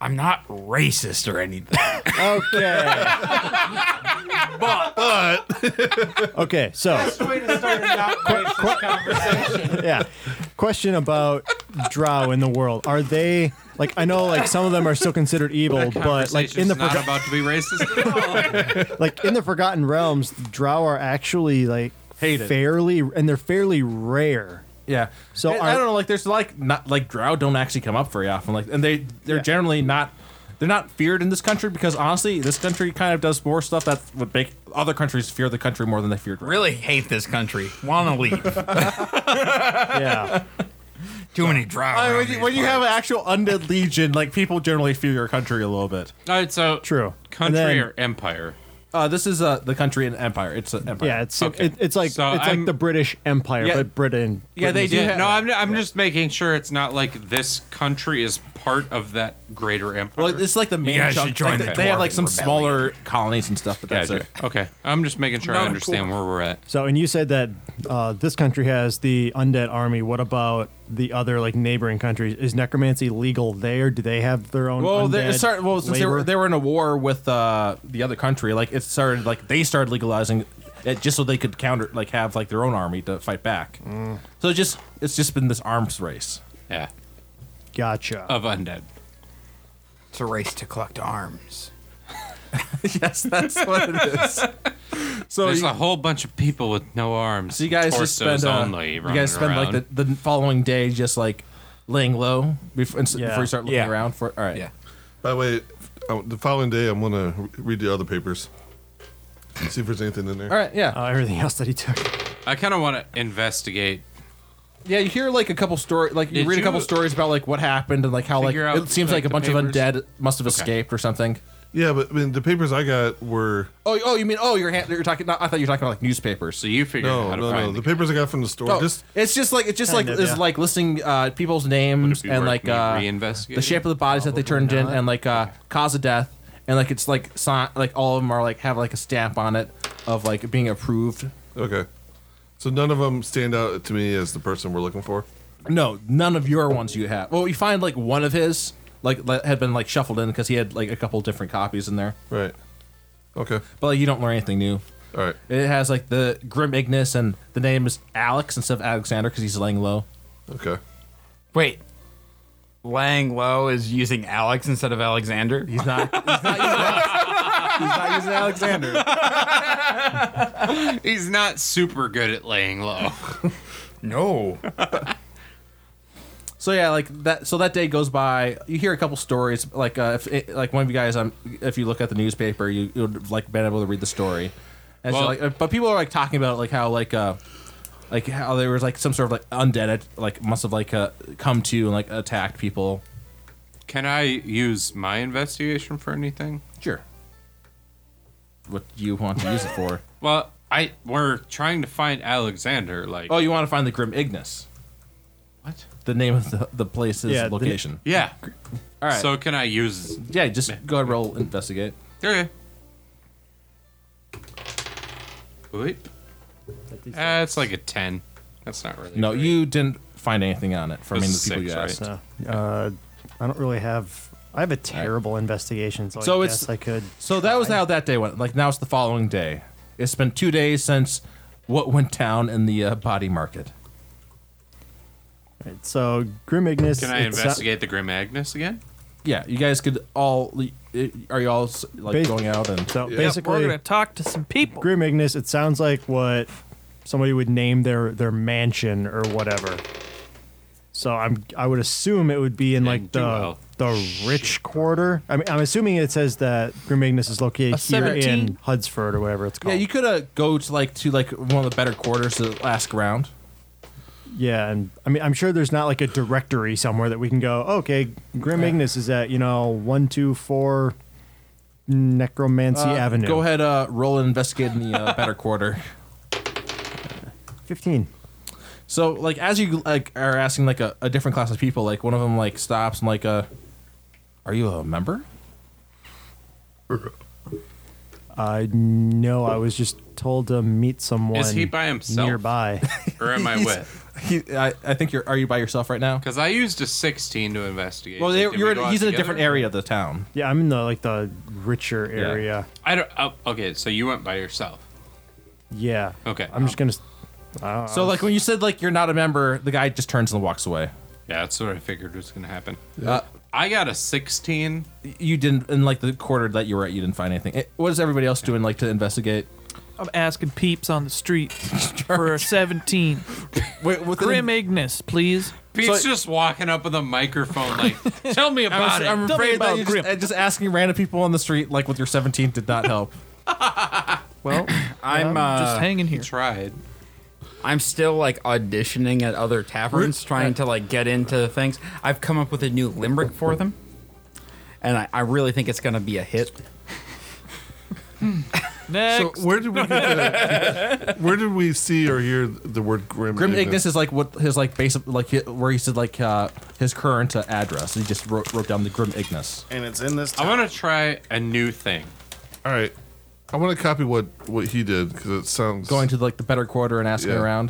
S5: I'm not racist or anything.
S6: Okay.
S4: But
S6: okay. So
S2: way to start a not racist conversation.
S6: yeah. Question about drow in the world. Are they like? I know like some of them are still considered evil, but like in the
S2: not
S6: forgo-
S2: about to be racist. at all.
S6: like in the Forgotten Realms, drow are actually like
S3: Hated.
S6: fairly, and they're fairly rare.
S3: Yeah.
S6: So
S3: So I,
S6: are-
S3: don't know. Like, there's like not like drow don't actually come up very often. Like, and they they're
S6: Yeah.
S3: generally not they're not feared in this country because honestly, this country kind of does more stuff that would make other countries fear the country more than they feared. drow.
S5: really hate this country. Wanna leave.
S6: Yeah,
S5: Too
S3: *laughs*
S5: many drought.
S3: I mean, when you, when you have an actual undead legion, like people generally fear your country a little bit.
S2: *laughs* All right, so
S6: true. And
S2: country
S6: then-
S2: or empire?
S3: Uh, this is uh, the country and empire. It's an empire.
S6: yeah, it's
S2: Okay.
S6: it, it's like
S2: So
S6: it's
S2: I'm-
S6: like the British Empire,
S3: Yeah.
S6: but Britain.
S3: yeah. They do.
S2: Yeah,
S3: have,
S2: no, I'm, I'm just making sure it's not like this country is part of that greater empire.
S3: well, it's like the main
S5: guys
S3: chunk.
S5: should join
S3: like,
S5: the
S3: they have like
S5: Dwarven
S3: some
S5: Rebellion.
S3: smaller colonies and stuff, but
S2: yeah,
S3: that's it.
S2: okay. I'm just making sure I understand where we're at.
S6: So, and you said that uh, this country has the undead army. What about the other like neighboring countries? Is necromancy legal there? Do they have their own?
S3: Well, they,
S6: undead
S3: it started, well, since they were
S6: labor?
S3: they were in a war with uh, the other country, like it started like they started legalizing it just so they could counter, like have like their own army to fight back. So it just it's just been this arms race. *laughs*
S2: Yeah,
S6: gotcha.
S2: of undead.
S5: It's a race to collect arms.
S3: yes, that's what it is. So
S2: There's
S3: you,
S2: a whole bunch of people with no arms.
S3: so you guys just
S2: torsos
S3: spend uh,
S2: only
S3: you
S2: running
S3: guys spend like
S2: around.
S3: the, the following day just like laying low before, ins-
S6: Yeah.
S3: before you start looking
S5: Yeah.
S3: around for all right
S5: Yeah.
S1: By the way, uh, the following day I'm gonna re- read the other papers. See if there's anything in there.
S3: all right yeah
S6: uh, everything else that he took.
S2: I kind of want to investigate.
S3: Yeah, you hear like a couple story, like you
S2: Did
S3: read a couple
S2: you
S3: stories about like what happened and like how like
S2: figure out,
S3: it seems
S2: like,
S3: like, a
S2: the
S3: bunch of
S2: papers?
S3: undead must have escaped or something.
S1: Yeah, but I mean, the papers I got were
S3: Oh, oh, you mean oh, you're ha- you're talking. Not, I thought you were talking about like newspapers.
S2: So you figured out
S1: no,
S2: how to
S1: no,
S2: find
S1: no. The
S2: the
S1: papers I got from the store.
S3: Oh,
S1: Just
S3: it's just like it's just
S6: Kind
S3: like
S6: of,
S3: it's
S6: yeah.
S3: like listing uh, people's names
S2: it be
S3: and
S2: worth
S3: like
S2: me
S3: uh,
S2: reinvestigating?
S3: the shape of the bodies that they
S7: Probably
S3: turned in
S7: not.
S3: and like uh, cause of death and like it's like si- like all of them are like have like a stamp on it of like being approved.
S1: okay. So none of them stand out to me as the person we're looking for.
S3: No, none of your ones you have. Well, you find like one of his like that had been like shuffled in because he had like a couple different copies in there,
S1: Right. Okay.
S3: but like you don't learn anything new.
S1: All right.
S3: It has like the Grim Ignis and the name is Alex instead of Alexander because he's laying low.
S1: Okay.
S5: Wait. Lang Low is using Alex instead of Alexander.
S3: He's not. He's not using, he's not using Alexander.
S2: *laughs* He's not super good at laying low.
S5: No.
S3: So yeah, like that. So that day goes by. You hear a couple stories. Like uh, if it, like one of you guys, um, if you look at the newspaper, you you would have, like been able to read the story. And so,
S2: Well-
S3: like, uh, but people are like talking about like how like uh, like how there was like some sort of like undead at- like must have like uh, come to and like attacked people.
S2: Can I use my investigation for anything?
S3: Sure. What do you want to use it for?
S2: Well, I we're trying to find Alexander. Like,
S3: oh, you want to find the Grim Ignis.
S2: what?
S3: The name of the, the place's
S6: Yeah, the-
S3: location.
S2: *laughs* Yeah.
S3: All right.
S2: So can I use?
S3: yeah, just go ahead and roll investigate.
S2: Okay. Wait. Uh, it's like a ten. That's not really.
S3: No,
S2: great.
S3: you didn't find anything on it from
S2: This
S3: any of
S2: is
S3: the people
S2: six,
S3: you
S2: right?
S3: asked.
S6: So, uh, I don't really have. I have a terrible investigation, so,
S3: So
S6: I
S3: it's-
S6: guess I could.
S3: So that was how that day went. Like now it's the following day. It's been two days since what went down in the uh, body market.
S6: Right, so Grim Ignis.
S2: Can I
S6: it's not-
S2: investigate the Grim Agnes again?
S3: Yeah, you guys could all. uh, Are you all s- like
S6: Bas-
S3: going out and?
S6: So
S1: Yeah.
S7: We're
S6: basically,
S7: gonna talk to some people.
S6: Grim Ignis. It sounds like what somebody would name their their mansion or whatever. So I'm I would assume it would be in like
S2: And
S6: the
S2: Duo.
S6: the rich quarter. I mean, I'm assuming it says that Grim Ignis is located
S3: A
S6: here
S3: 17?
S6: in Hudsford or whatever it's
S3: Yeah,
S6: called.
S3: you could uh, go to like to like one of the better quarters to ask around.
S6: Yeah, and I mean, I'm sure there's not like a directory somewhere that we can go. Okay, Grim Ignis is at you know one two four Necromancy
S3: Uh,
S6: Avenue.
S3: Go ahead, uh, roll and investigate in the uh, better quarter. *laughs*
S6: Fifteen.
S3: So like as you like are asking like a, a different class of people, like one of them like stops and like uh, are you a member? *laughs*
S6: I know. I was just told to meet someone.
S2: Is he by himself? *laughs*
S6: nearby?
S2: Or am I
S3: *laughs*
S2: with?
S3: He, I, I think you're. Are you by yourself right now?
S2: Because I used a sixteen to investigate.
S3: Well,
S2: Did
S3: they,
S2: we
S3: you're
S2: go
S3: in,
S2: out
S3: he's in a
S2: together?
S3: different area of the town.
S6: yeah, I'm in the like the richer area.
S2: I don't. Oh, okay, so you went by yourself.
S6: Yeah.
S2: Okay.
S6: I'm just gonna. s-
S3: So like when you said like you're not a member, the guy just turns and walks away.
S2: Yeah, that's what I figured was gonna happen.
S3: Uh,
S2: I got a sixteen.
S3: you didn't in like the quarter that you were at, you didn't find anything. Eh, what is everybody else doing like to investigate?
S7: I'm asking peeps on the street for a 17.
S3: Wait, with
S7: Grim Ignis, please.
S2: Pete's just walking up with a microphone,
S3: *laughs*
S2: like, "Tell me
S3: I'm,
S2: about it."
S3: I'm
S7: Tell me
S3: afraid that
S7: about
S3: you
S7: Grim.
S3: just, eh, just asking random people on the street like with your 17 did not help.
S7: Well,
S5: *laughs* I'm uh,
S7: just hanging here.
S2: tried.
S5: I'm still like auditioning at other taverns, trying to like get into things. I've come up with a new limerick for them, and I, I really think it's gonna be a hit.
S1: So
S7: Next.
S1: where did we get the-
S3: *laughs*
S1: where did we see or hear the word grim?
S3: *laughs* Grim Ignis is like what his like base of- like hi- where he said like uh, his current uh, address. He just wrote, wrote down the Grim Ignis.
S4: And it's in this.
S2: I
S4: Town.
S2: want to try a new thing.
S1: All right. I want to copy what what he did because it sounds
S3: Going to like the better quarter and asking
S1: Yeah.
S3: around.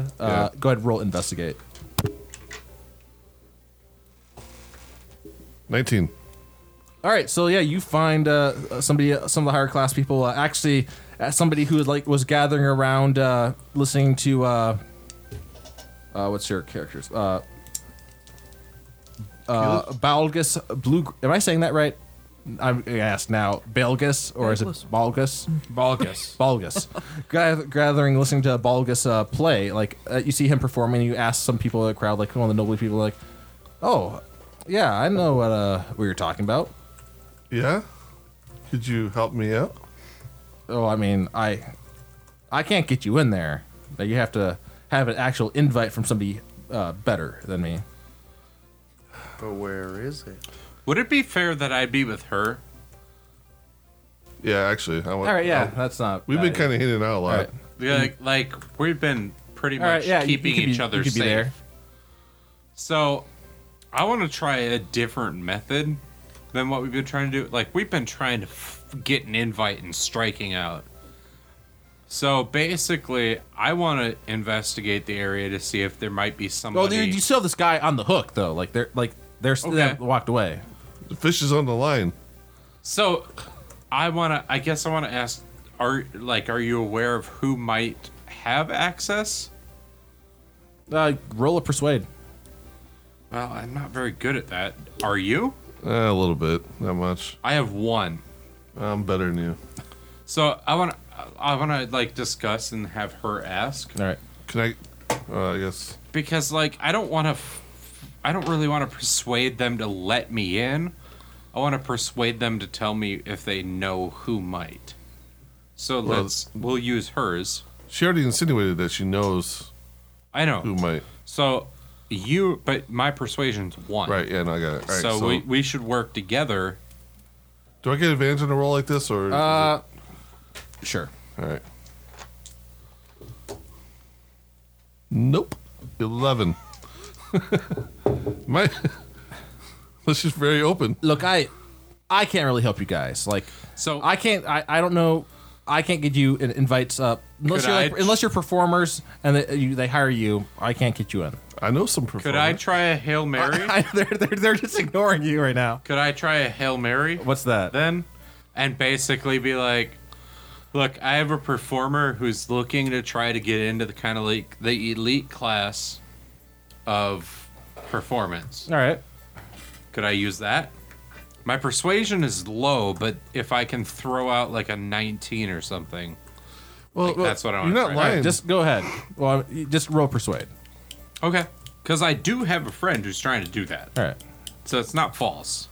S1: Yeah.
S3: Uh, Go ahead, roll investigate.
S1: 19.
S3: All right, so yeah, you find uh, somebody, some of the higher class people, uh, actually uh, somebody who like was gathering around, uh, listening to uh, uh, what's your characters? Uh, uh, Balgus Blue. Am I saying that right? I'm gonna ask now. Balgus or is it
S7: Balgus.
S3: Balgus?
S2: *laughs*
S5: Balgus.
S3: Balgus. Gath- Gathering, listening to Balgus uh, play. Like uh, you see him performing, you ask some people in the crowd, like one of the noble people, like, "Oh, yeah, I know what uh, we were talking about."
S1: Yeah? Could you help me out?
S3: Oh, I mean, I, I can't get you in there. That you have to have an actual invite from somebody uh, better than me.
S4: But where is it?
S2: Would it be fair that I be with her?
S1: Yeah, actually, I want.
S3: All right, yeah, that's not.
S1: We've been
S3: bad.
S1: kind of hitting out a lot.
S3: right.
S2: Yeah, like, like we've been pretty much
S3: Mm. All right, yeah, you- you
S2: keeping
S3: could be-
S2: each other
S3: you could
S2: safe.
S3: be there.
S2: So I want to try a different method than what we've been trying to do. Like we've been trying to f- get an invite and striking out. So basically, I want to investigate the area to see if there might be
S3: Well,
S2: somebody.
S3: dude, you still have this guy on the hook though. Like they're like they're still
S2: Okay.
S3: walked away.
S1: The fish is on the line.
S2: So, I want to. I guess I want to ask: Are like, are you aware of who might have access?
S3: Uh, roll a persuade.
S2: Well, I'm not very good at that. Are you?
S1: Eh, a little bit, not much.
S2: I have one.
S1: I'm better than you.
S2: So I want to. I want to like discuss and have her ask
S3: All right.
S1: Can I? Uh, I guess.
S2: because like I don't want to. F- I don't really want to persuade them to let me in. I want to persuade them to tell me if they know who might. So
S1: Well-
S2: let's. We'll use hers.
S1: She already insinuated that she knows
S2: I know.
S1: who might.
S2: So you, but my persuasion's one.
S1: Right. Yeah. No, I got it. All right,
S2: so
S1: so,
S2: we, we should work together.
S1: do I get advantage on a roll like this or? is it-
S3: Uh, sure.
S1: all right. Nope. Eleven. *laughs* My. *laughs* Let's just very open.
S3: Look, I, I can't really help you guys. Like,
S2: So
S3: I can't. I, I don't know. I can't get you in, invites up unless
S2: Could
S3: you're
S2: I
S3: like,
S2: tr-
S3: unless you're performers and they, you, they hire you. I can't get you in.
S1: I know some
S2: could I
S1: performers.
S2: try a hail mary?
S3: *laughs* I, they're, they're they're just ignoring you right now.
S2: could I try a hail mary?
S3: What's that?
S2: then and basically be like look i have a performer who's looking to try to get into the kind of like the elite class of performance
S3: All right.
S2: could i use that my persuasion is low but if i can throw out like a 19 or something
S1: Well, well,
S2: that's what I
S1: You're
S2: wanna
S1: not
S2: try.
S3: All right.
S1: lying.
S3: Just go ahead. Well, you just roll persuade.
S2: okay because i do have a friend who's trying to do that
S3: All right.
S2: so it's not false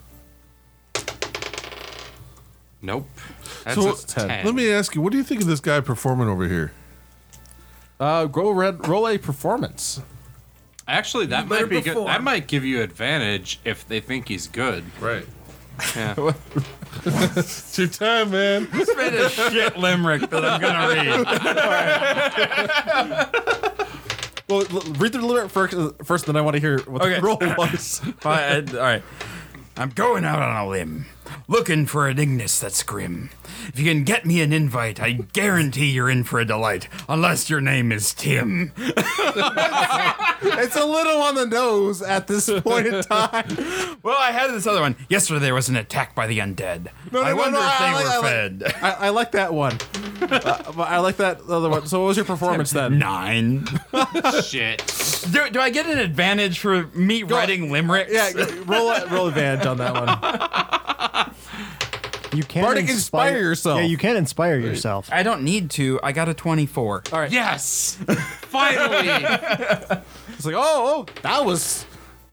S2: nope that's
S1: So,
S2: a 10
S1: Let me ask you, what do you think of this guy performing over here?
S3: Uh, roll red. Roll a performance.
S2: Actually, that
S5: better
S2: might be good. That
S5: perform.
S2: might give you advantage if they think he's good.
S1: Right.
S2: Yeah.
S1: it's your time, man.
S5: Spit a shit limerick that I'm gonna read.
S3: Well, l- read the limit first, first, then I want to hear what
S5: Okay.
S3: the roll
S5: *laughs*
S3: was.
S5: Fine, uh, all right. I'm going out on a limb, looking for an Ignis that's grim. If you can get me an invite, I guarantee you're in for a delight, unless your name is Tim.
S3: it's a little on the nose at
S5: *laughs*
S3: this point in time.
S5: Well, I had this other one. Yesterday there was an attack by the undead.
S3: no, *laughs*
S5: I
S3: no,
S5: wonder
S3: no,
S5: if they
S3: I like- I
S5: were
S3: like-
S5: fed.
S3: I, I like that one. Uh, but I like that other one. So, what was your performance then?
S5: Nine.
S2: *laughs* Shit.
S5: Do, do I get an advantage for me writing limericks?
S3: Yeah, *laughs* roll roll advantage on that
S5: *laughs*
S3: one.
S6: You can
S3: Bardic, inspire yourself.
S6: Yeah, you can inspire yourself.
S5: I don't need to. I got a 24. All right.
S2: Yes. Finally.
S3: It's like, oh, oh, that was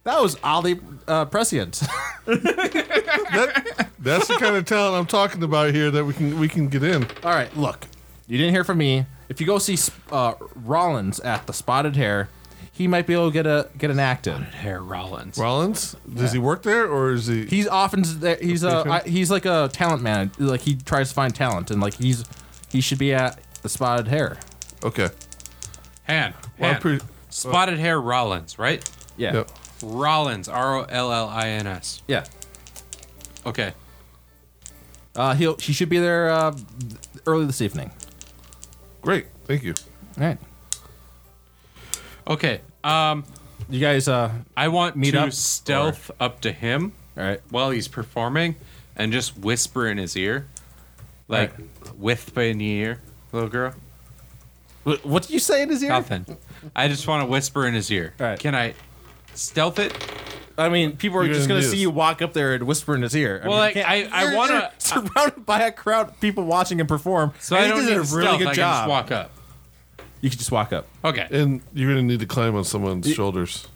S3: that was oddly uh, prescient.
S1: That's the kind of talent I'm talking about here that we can we can get in.
S3: All right, look, you didn't hear from me. If you go see uh, Rollins at the Spotted Hair, he might be able to get a get an act in.
S2: Hair Rollins.
S1: Rollins, does he work there or is he?
S3: He's often there. He's a I,
S1: Patron?
S3: he's like a talent man. Like he tries to find talent, and like he's he should be at the Spotted Hair.
S1: okay.
S2: Han.
S1: Well,
S2: Han.
S1: I'm pretty-
S2: Spotted hair Rollins, right?
S3: Yeah,
S1: Yep.
S2: Rollins. R O L L I N S.
S3: yeah.
S2: Okay.
S3: Uh, he'll he should be there uh, early this evening.
S1: Great. Thank you.
S3: All right,
S2: Okay. Um,
S3: you guys. Uh,
S2: I want
S3: Meet
S2: to
S3: up,
S2: stealth up to him
S3: all right.
S2: while he's performing and just whisper in his ear, like whisper in your ear, little girl.
S3: Wh- What did you say in his ear?
S2: Nothing. I just want to whisper in his ear.
S3: Alright.
S2: Can I stealth it?
S3: I mean, people are
S1: You're
S3: just
S1: gonna
S3: gonna
S1: do
S3: see
S1: this.
S3: you walk up there and whisper in his ear.
S2: Well, like,
S3: can't-
S2: I- I
S3: you're-
S2: wanna-
S3: you're *laughs* surrounded by a crowd, of people watching him perform.
S2: So I
S3: and he
S2: don't
S3: does
S2: need
S3: a
S2: to
S3: really
S2: stealth,
S3: good
S2: I can
S3: job.
S2: just walk up.
S3: You can just walk up.
S2: Okay.
S1: And you're gonna need to climb on someone's shoulders.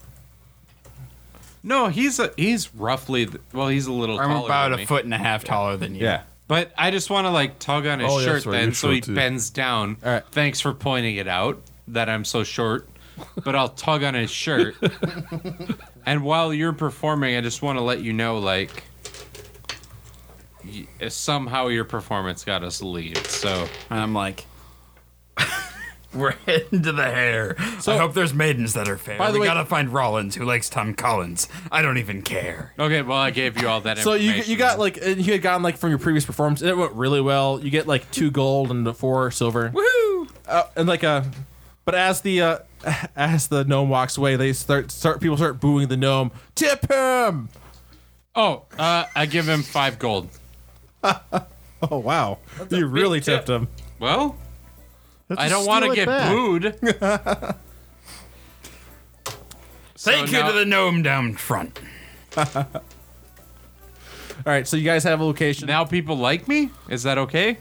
S2: No, he's a he's roughly th- well, he's a little
S5: I'm
S2: taller
S5: about
S2: than
S5: a
S2: me.
S5: foot and a half taller than you.
S3: Yeah.
S2: But I just want to like tug on his
S1: Oh, yeah,
S2: shirt
S1: that's right,
S2: then,
S1: you're
S2: so he
S1: short, too.
S2: bends down.
S3: Alright.
S2: Thanks for pointing it out that I'm so short. But I'll tug on his shirt. and while you're performing, I just want to let you know, like, y- somehow your performance got us lead. So
S5: And I'm like, *laughs* we're heading to the hair. I hope there's maidens that are fair.
S3: By the
S5: we
S3: way-
S5: gotta find Rollins, who likes Tom Collins. I don't even care.
S2: okay, well I gave you all that.
S3: So you
S2: information.
S3: you got like and you had gotten like from your previous performance, and it went really well. You get like two gold and four silver. Woohoo! Uh, and like uh, but as the uh, *laughs* as the gnome walks away, they start start people start booing the gnome. Tip him!
S2: oh uh, I give him five gold.
S3: Oh wow, you really tipped him.
S2: Well,
S6: Let's
S2: I
S6: just
S2: don't want
S6: steal
S2: to
S6: it
S2: get
S6: back.
S2: booed. So
S5: Thank you
S2: now-
S5: to the gnome down front.
S3: All right, so you guys have a location.
S2: Now people like me. Is that okay?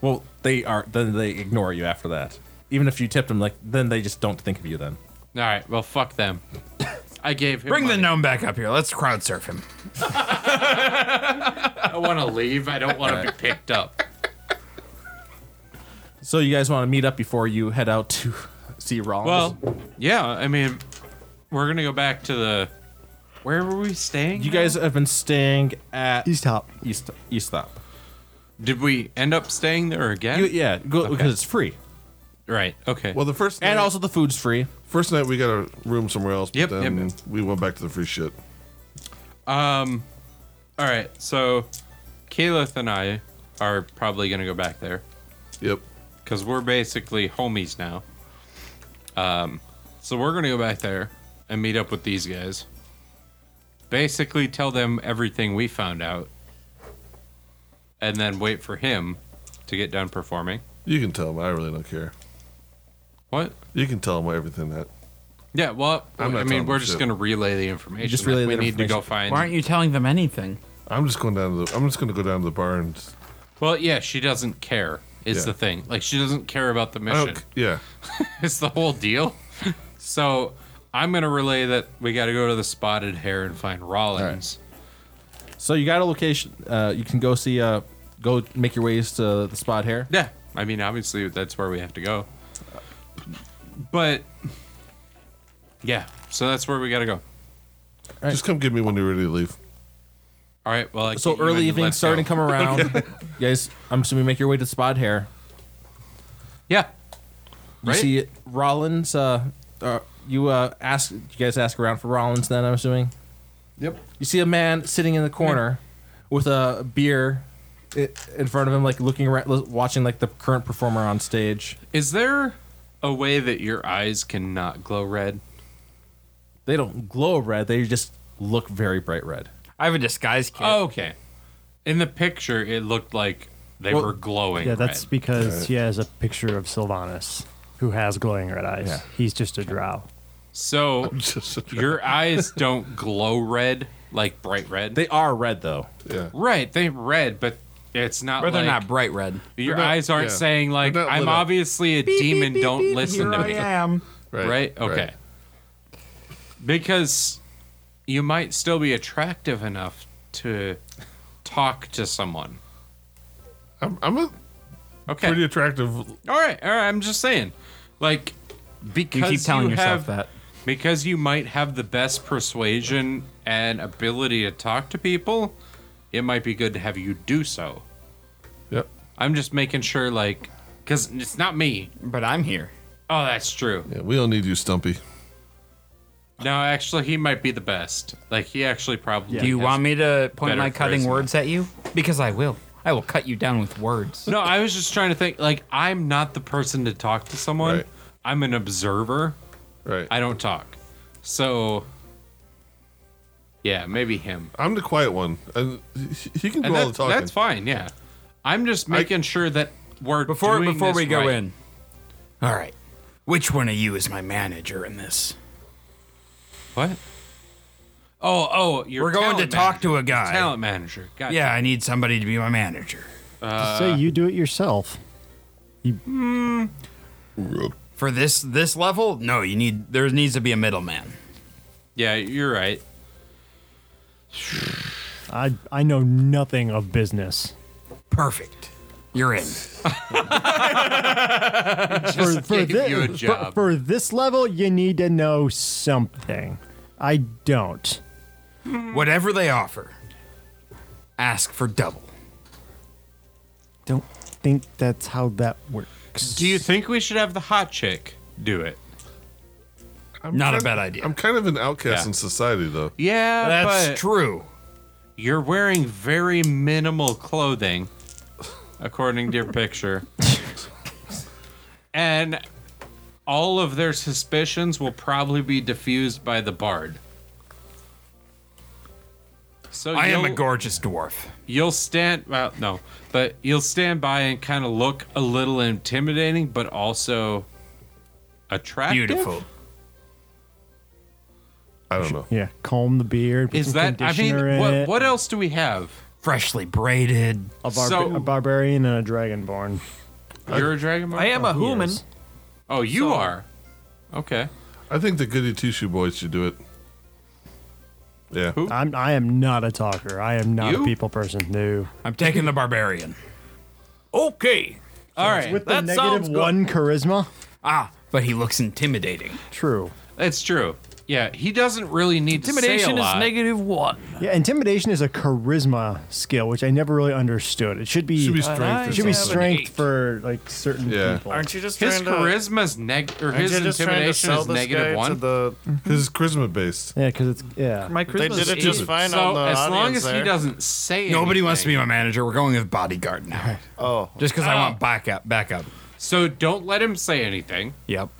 S3: well, they are then they ignore you after that. Even if you tipped them, like then they just don't think of you. Then
S2: All right. Well, fuck them. I gave him.
S5: Bring the
S2: money.
S5: gnome back up here. Let's crowd surf him.
S2: I want to leave. I don't want to be picked up.
S3: so you guys want to meet up before you head out to *laughs* see Rollins.
S2: Well, yeah. I mean, we're gonna go back to the. Where were we staying?
S3: you guys have been staying at
S6: He's top.
S3: East East Stop.
S2: Did we end up staying there again?
S3: You, yeah, go, because it's free,
S2: Right. Okay.
S1: Well, the first night,
S3: and also the food's free.
S1: first night we got a room somewhere else. But
S2: Yep, yep,
S1: then
S2: yep.
S1: we went back to the free shit.
S2: um. All right. So, Kaleth and I are probably gonna go back there
S1: Yep.
S2: because we're basically homies now. Um. So we're gonna go back there and meet up with these guys. Basically, tell them everything we found out, and then wait for him to get done performing.
S1: You can tell them. I really don't care.
S2: What?
S1: You can tell them everything that.
S2: Yeah, well,
S1: I'm not
S2: I
S1: telling
S2: mean, we're
S1: them
S2: just
S1: shit.
S2: going to relay the information.
S3: Just
S2: that
S3: relay
S2: we
S3: the
S2: need to go
S3: information.
S2: find.
S5: you telling them anything?
S1: I'm just going down to the. I'm just going to go down to the bar and.
S2: Well, yeah, she doesn't care. Is
S1: Yeah.
S2: the thing. Like she doesn't care about the
S1: I
S2: mission.
S1: don't, yeah.
S2: *laughs* It's the whole deal. *laughs* so I'm going to relay that we got to go to the Spotted Hare and find Rollins.
S3: So you got a location. Uh, you can go see. Uh, go make your ways to the spot here.
S2: Yeah, I mean, obviously that's where we have to go. But yeah, so that's where we got to go.
S1: Just come get me when you're ready to leave.
S2: All right. Well, I
S3: So
S2: get you
S3: early
S2: and
S3: evening
S2: let's
S3: starting to
S2: go.
S3: come
S2: *laughs*
S3: around. You guys, I'm assuming make your way to Spot Hair.
S2: Yeah.
S3: You
S2: Right?
S3: see Rollins. Uh, uh, you uh, ask. You guys ask around for Rollins. Then I'm assuming.
S1: Yep.
S3: You see a man sitting in the corner with a beer i- in front of him, like looking around, li- watching like the current performer on stage.
S2: Is there a way that your eyes cannot glow red?
S3: They don't glow red. They just look very bright red.
S5: I have a disguise kit.
S2: Oh, okay. In the picture, it looked like they
S3: Well,
S2: were glowing.
S6: Yeah, that's
S2: red.
S6: because he has a picture of Sylvanas, who has glowing red eyes.
S3: Yeah.
S6: He's just a drow.
S3: *laughs*
S2: so.
S1: Just
S2: Your eyes don't glow red like bright red.
S3: They are red though.
S1: yeah.
S2: right, they red, but it's not.
S5: But they're
S2: like-
S5: not bright red.
S2: Your
S1: not-
S2: eyes aren't
S1: yeah.
S2: saying like
S1: They're not
S2: I'm
S1: lit up."
S2: obviously a demon. don't listen to me.
S5: am.
S2: Right? Okay. Because you might still be attractive enough to talk to someone.
S1: I'm, I'm a
S2: Okay.
S1: pretty attractive.
S2: All right, all right. I'm just saying, like, because
S5: You keep telling
S2: you
S5: yourself
S2: have-
S5: that.
S2: because you might have the best persuasion and ability to talk to people, it might be good to have you do so.
S1: Yep.
S2: I'm just making sure, like, because it's not me.
S5: But I'm here.
S2: Oh, that's true.
S1: Yeah. We don't need you, Stumpy.
S2: No, actually, he might be the best. Like, he actually probably.
S5: Do you
S2: has-
S5: want me to point
S2: better
S5: my cutting
S2: phrase than
S5: words at you? Because I will. I will cut you down with words.
S2: *laughs* No, I was just trying to think. Like, I'm not the person to talk to someone.
S1: Right.
S2: I'm an observer.
S1: Right.
S2: I don't talk. So, yeah, maybe him.
S1: I'm the quiet one, and he, he can do
S2: And
S1: all the
S2: that's-
S1: talking.
S2: That's fine. Yeah, I'm just making sure that we're
S5: Before
S2: doing
S5: before
S2: this
S5: we go
S2: right.
S5: in. All right. Which one of you is my manager in this?
S2: What? Oh, oh, you're
S5: We're going to talk to a guy.
S2: talent manager. Gotcha.
S5: Yeah, I need somebody to be my manager.
S2: Uh,
S6: Just say you do it yourself.
S5: For this this level, no, you need there needs to be a middleman.
S2: yeah, you're right.
S6: I I know nothing of
S2: *laughs*
S6: business.
S5: Perfect. You're in.
S6: For, for,
S2: gave
S6: thi-
S2: you a
S6: for-
S2: job.
S6: for this level, you need to know something. I don't.
S5: Whatever they offer, ask for double.
S6: don't think that's how that works.
S2: Do you think we should have the hot chick do it?
S1: I'm
S5: Not a
S1: kind-
S5: bad idea.
S1: I'm kind of an outcast
S2: Yeah.
S1: in society, though.
S2: Yeah,
S5: That's
S2: Uh, but
S5: true.
S2: you're wearing very minimal clothing, according to your picture. and all of their suspicions will probably be diffused by the bard. So
S5: I am a
S2: you'll-
S5: gorgeous dwarf.
S2: you'll stand well no but you'll stand by and kind of look a little intimidating but also attractive
S5: Beautiful.
S1: I don't know.
S6: Yeah, comb the beard. Put
S2: is
S6: some
S2: that i
S6: conditioner
S2: mean
S6: in
S2: what,
S6: it.
S2: what else do we have
S5: Freshly braided.
S6: A, barba-
S2: so-
S6: a barbarian and a dragonborn.
S2: you're a dragon
S7: I am a human.
S6: Yes.
S2: oh you
S7: so-
S2: are okay
S1: I think the Goody Two Shoe Boys should do it. Yeah.
S2: Who?
S6: I'm. I am not a talker. I am not
S2: You?
S6: a people person. No.
S5: I'm taking the barbarian.
S7: Okay.
S2: all right
S6: With
S7: That
S6: the
S7: sounds
S6: negative
S7: good.
S6: one charisma.
S5: Ah, but he looks intimidating.
S6: True.
S2: that's true yeah he doesn't really need to say a
S7: Intimidation is
S2: lot.
S7: negative one.
S6: Yeah, intimidation is a charisma skill, which I never really understood. It should be.
S1: Should be strength.
S7: I
S1: or
S6: it should be
S7: have an
S1: something.
S6: strength
S7: eight.
S6: for like certain
S1: Yeah.
S6: people.
S4: Aren't you just
S2: his
S4: trying to-
S2: charisma's neg or
S4: aren't
S2: his
S4: you just trying to
S2: intimidation
S4: sell
S2: is
S4: this guy
S2: negative
S4: to
S2: one
S4: the?
S1: His is charisma based.
S6: Yeah, because it's yeah.
S7: My
S4: They
S7: Christmas
S4: did it just
S7: Eve.
S4: fine on
S2: so
S4: the
S2: as long
S4: audience
S2: as
S4: there.
S2: he doesn't say
S5: Nobody wants to
S2: anything.
S5: be my manager. We're going with
S2: *laughs*
S5: bodyguard now.
S4: Oh,
S5: Just because I want backup. Backup.
S2: so don't let him say anything
S5: Yep.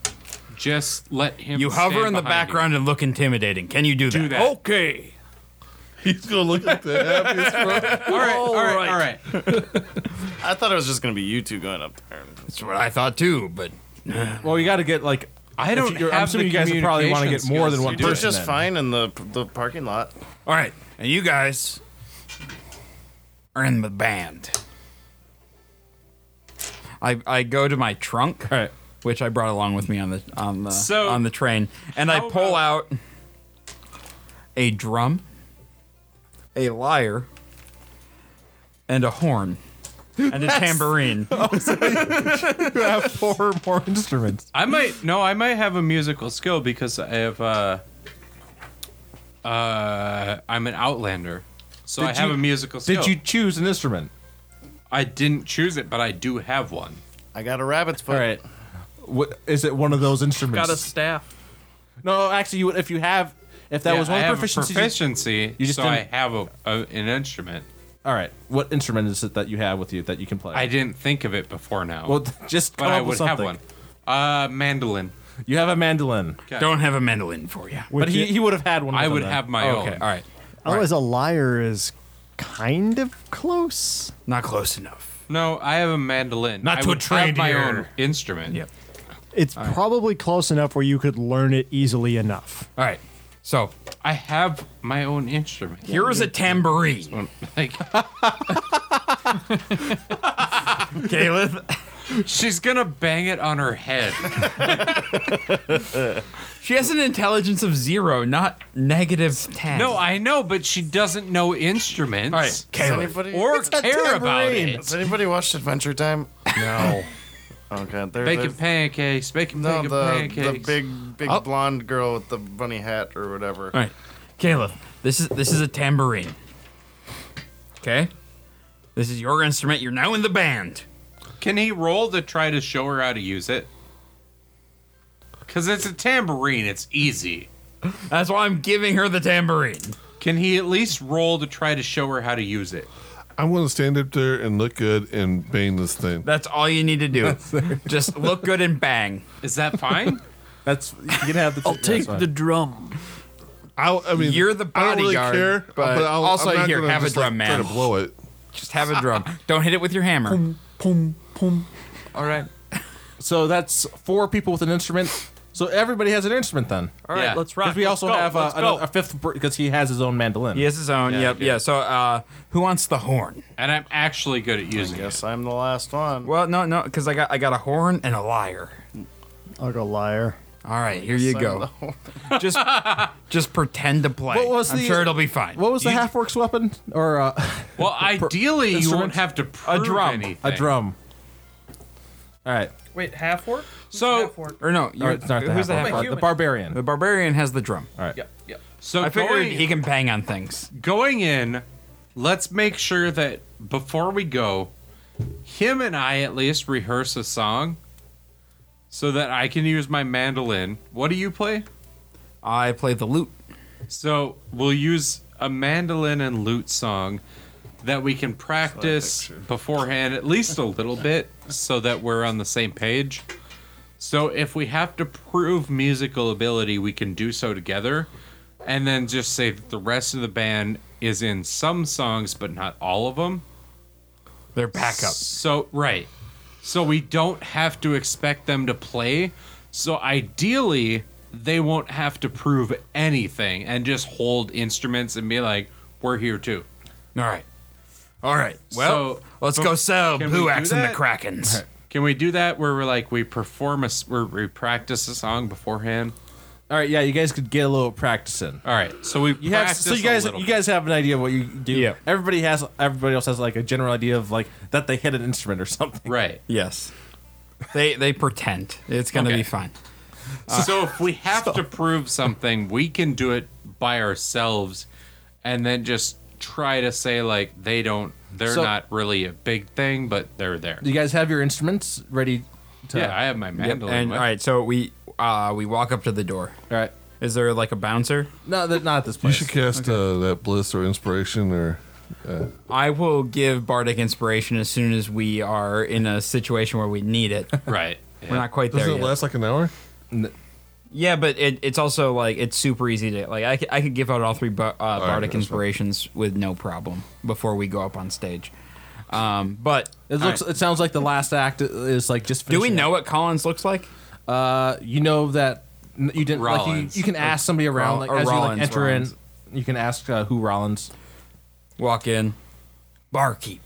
S2: just let him
S5: You hover
S2: stand
S5: in
S2: behind you.
S5: the background and look intimidating. Can you do that? Oh,
S2: do that
S7: Okay.
S1: He's gonna look like the happiest.
S2: All right, all right,
S7: right.
S2: all right.
S4: I thought it was just gonna be you two going up there.
S5: That's what I thought too, but
S3: Well, you got to get like
S2: I
S3: if
S2: don't
S3: you're- I'm
S2: have
S3: assuming
S2: the
S3: you guys would probably want to get
S2: communication
S3: more than
S2: skills.
S3: one
S2: You
S4: It
S3: person.
S4: was just
S3: then.
S4: fine in the the parking lot.
S5: all right. And you guys are in the band. I I go to my trunk,
S3: All right.
S5: which I brought along with me on the on the
S2: So,
S5: on the train, and I
S2: how
S5: pull out a drum, a lyre, and a horn,
S2: *laughs*
S5: and a tambourine. *laughs*
S3: You have four more instruments.
S2: I might no, I might have a musical skill because I have uh uh I'm an outlander. So
S3: Did
S2: I have
S3: you-
S2: a musical skill.
S3: Did you choose an instrument?
S2: I didn't choose it, but I do have one.
S4: I got a rabbit's foot.
S3: All right. What is it? One of those instruments?
S7: Got a staff.
S3: no, actually, you would if you have if that
S2: Yeah,
S3: was
S2: I
S3: one
S2: have a
S3: proficiency.
S2: proficiency,
S3: you just
S2: so I
S3: didn't-
S2: have a, a an instrument.
S3: All right. What instrument is it that you have with you that you can play?
S2: I didn't think of it before now.
S3: *laughs* well, just
S2: but
S3: come
S2: I
S3: up with
S2: would have
S3: something.
S2: one. Uh mandolin.
S3: You have a mandolin,
S5: Don't have a mandolin for you.
S3: but he, he would have had one.
S2: I
S3: with him
S2: would
S3: then.
S2: have my
S5: Oh, okay,
S2: own.
S5: all right.
S6: Otherwise, oh, a liar is kind of close.
S5: Not close enough.
S2: No, I have a mandolin.
S5: Not
S2: I
S5: to a
S2: would
S5: trade
S2: have my
S5: here.
S2: own instrument.
S5: Yep.
S6: It's probably close enough where you could learn it easily enough.
S5: All right. So
S2: I have my own instrument.
S5: here is a tambourine.
S2: *laughs* Like
S5: Caleb,
S2: she's gonna bang it on her head.
S5: *laughs* she has an intelligence of zero, not negative ten.
S2: No, I know, but she doesn't know instruments
S5: All right,
S4: Does
S5: Caleb.
S4: anybody,
S2: or care about
S4: has
S2: it.
S4: anybody watched Adventure Time?
S5: No.
S4: *laughs* Okay, there,
S2: Bacon
S4: there's-
S2: pancakes, bacon
S4: no,
S2: bacon
S4: the, the
S2: pancakes.
S4: big big blonde girl with the bunny hat or whatever.
S5: All right, Caleb. This is this is a tambourine. Okay. This is your instrument. You're now in the band.
S2: Can he roll to try to show her how to use it? Cause it's a tambourine, it's easy.
S5: That's why I'm giving her the tambourine.
S2: Can he at least roll to try to show her how to use it?
S1: I want to stand up there and look good and bang this thing.
S5: That's all you need to do. *laughs* Just look good and bang.
S2: Is
S5: *laughs*
S2: that fine?
S3: That's you can have the.
S7: I'll take
S3: that's fine.
S7: the drum.
S1: I'll, I mean,
S5: You're the
S1: I don't really care,
S5: bodyguard, but
S1: I'll,
S5: also
S1: I'm not
S5: here,
S1: gonna
S5: have a
S1: just, like,
S5: drum,
S1: Try
S5: man.
S1: to blow it.
S5: Just have a *laughs* drum. Don't hit it with your hammer.
S7: Pum, pum.
S5: All right.
S3: So that's four people with an instrument. So everybody has an instrument then.
S7: All right,
S2: Yeah.
S7: let's rock.
S3: Because we also
S7: Let's go.
S3: have a,
S7: Let's go.
S3: another, a fifth because he has his own mandolin.
S5: He has his own.
S2: Yeah,
S5: yep.
S2: okay.
S5: Yeah. So, uh, who wants the horn?
S2: and I'm actually good at using it.
S4: Guess I'm the last one.
S5: Well, no, no, because I got I got a horn and a lyre.
S6: I'll go liar.
S5: All right, here you
S4: I'm the
S5: go. Just
S3: *laughs*
S5: just pretend to play.
S3: What was
S5: I'm
S3: the-
S5: sure it'll be fine.
S3: What was the half orc's weapon or uh,
S2: Well, ideally, you
S3: instrument?
S2: won't have to prove
S5: drum.
S2: anything.
S3: a drum? All right.
S7: Wait, half orc?
S2: So-
S7: half orc.
S5: Or no,
S3: Or
S5: you're,
S3: it's not the
S5: who's the
S3: half-orc,
S5: half
S7: half-orc?
S3: The
S7: Human.
S3: barbarian.
S5: The barbarian has the drum.
S3: All right.
S7: Yeah, yeah.
S2: So
S5: I figured
S2: going-
S5: he can bang on things.
S2: going in, let's make sure that before we go, him and I at least rehearse a song so that I can use my mandolin. What do you play?
S5: I play the lute.
S2: So we'll use a mandolin and lute song that we can practice beforehand at least a little bit so that we're on the same page. So if we have to prove musical ability, we can do so together and then just say that the rest of the band is in some songs but not all of them.
S5: They're backup.
S2: So right. So we don't have to expect them to play. So ideally, they won't have to prove anything and just hold instruments and be like, "We're here too."
S5: All right. All right. Well,
S2: So,
S5: let's go sell
S2: can we do
S5: Bluax and the
S2: that?
S5: Krakens.
S2: Can we do that where we're like we perform a s- where we practice a song beforehand?
S3: All right, yeah, you guys could get a little practice in.
S2: All right. So we
S3: You have,
S2: practice
S3: so you
S2: a
S3: guys
S2: little
S3: you
S2: bit.
S3: guys have an idea of what you do.
S5: Yeah.
S3: Everybody has everybody else has like a general idea of like that they hit an instrument or something. *laughs*
S2: right.
S5: Yes. They they pretend. It's gonna
S2: Okay.
S5: be fine.
S2: so if we have to prove something, we can do it by ourselves, and then just try to say like they don't. They're
S3: So-
S2: not really a big thing, but they're there.
S3: You guys have your instruments ready to
S2: Yeah, I have my mandolin.
S5: And all
S2: with-
S5: right, so we uh we walk up to the door.
S3: All right.
S5: Is there like a bouncer?
S3: No, that not at this
S1: You
S3: place.
S1: should cast uh, that bliss or inspiration or
S5: I will give bardic inspiration as soon as we are in a situation where we need it.
S2: Right. Yeah.
S5: We're not quite there
S1: doesn't it
S5: yet.
S1: last like an hour?
S5: Yeah, but it, it's also like it's super easy to like. I could, I could give out all three bar, uh, bardic
S1: that's fine.
S5: inspirations with no problem before we go up on stage. Um, but
S3: It looks.
S5: all right.
S3: It sounds like the last act is like just.
S5: do we
S3: finishing
S5: know what Collins looks like?
S3: up. Uh, you know that n- you didn't. Like you,
S2: Rollins.
S3: you can ask somebody around
S5: Roll-
S3: like
S5: or
S3: as
S5: Rollins,
S3: you like enter
S5: Rollins.
S3: in. You can ask uh, who Rollins.
S5: Walk in, barkeep.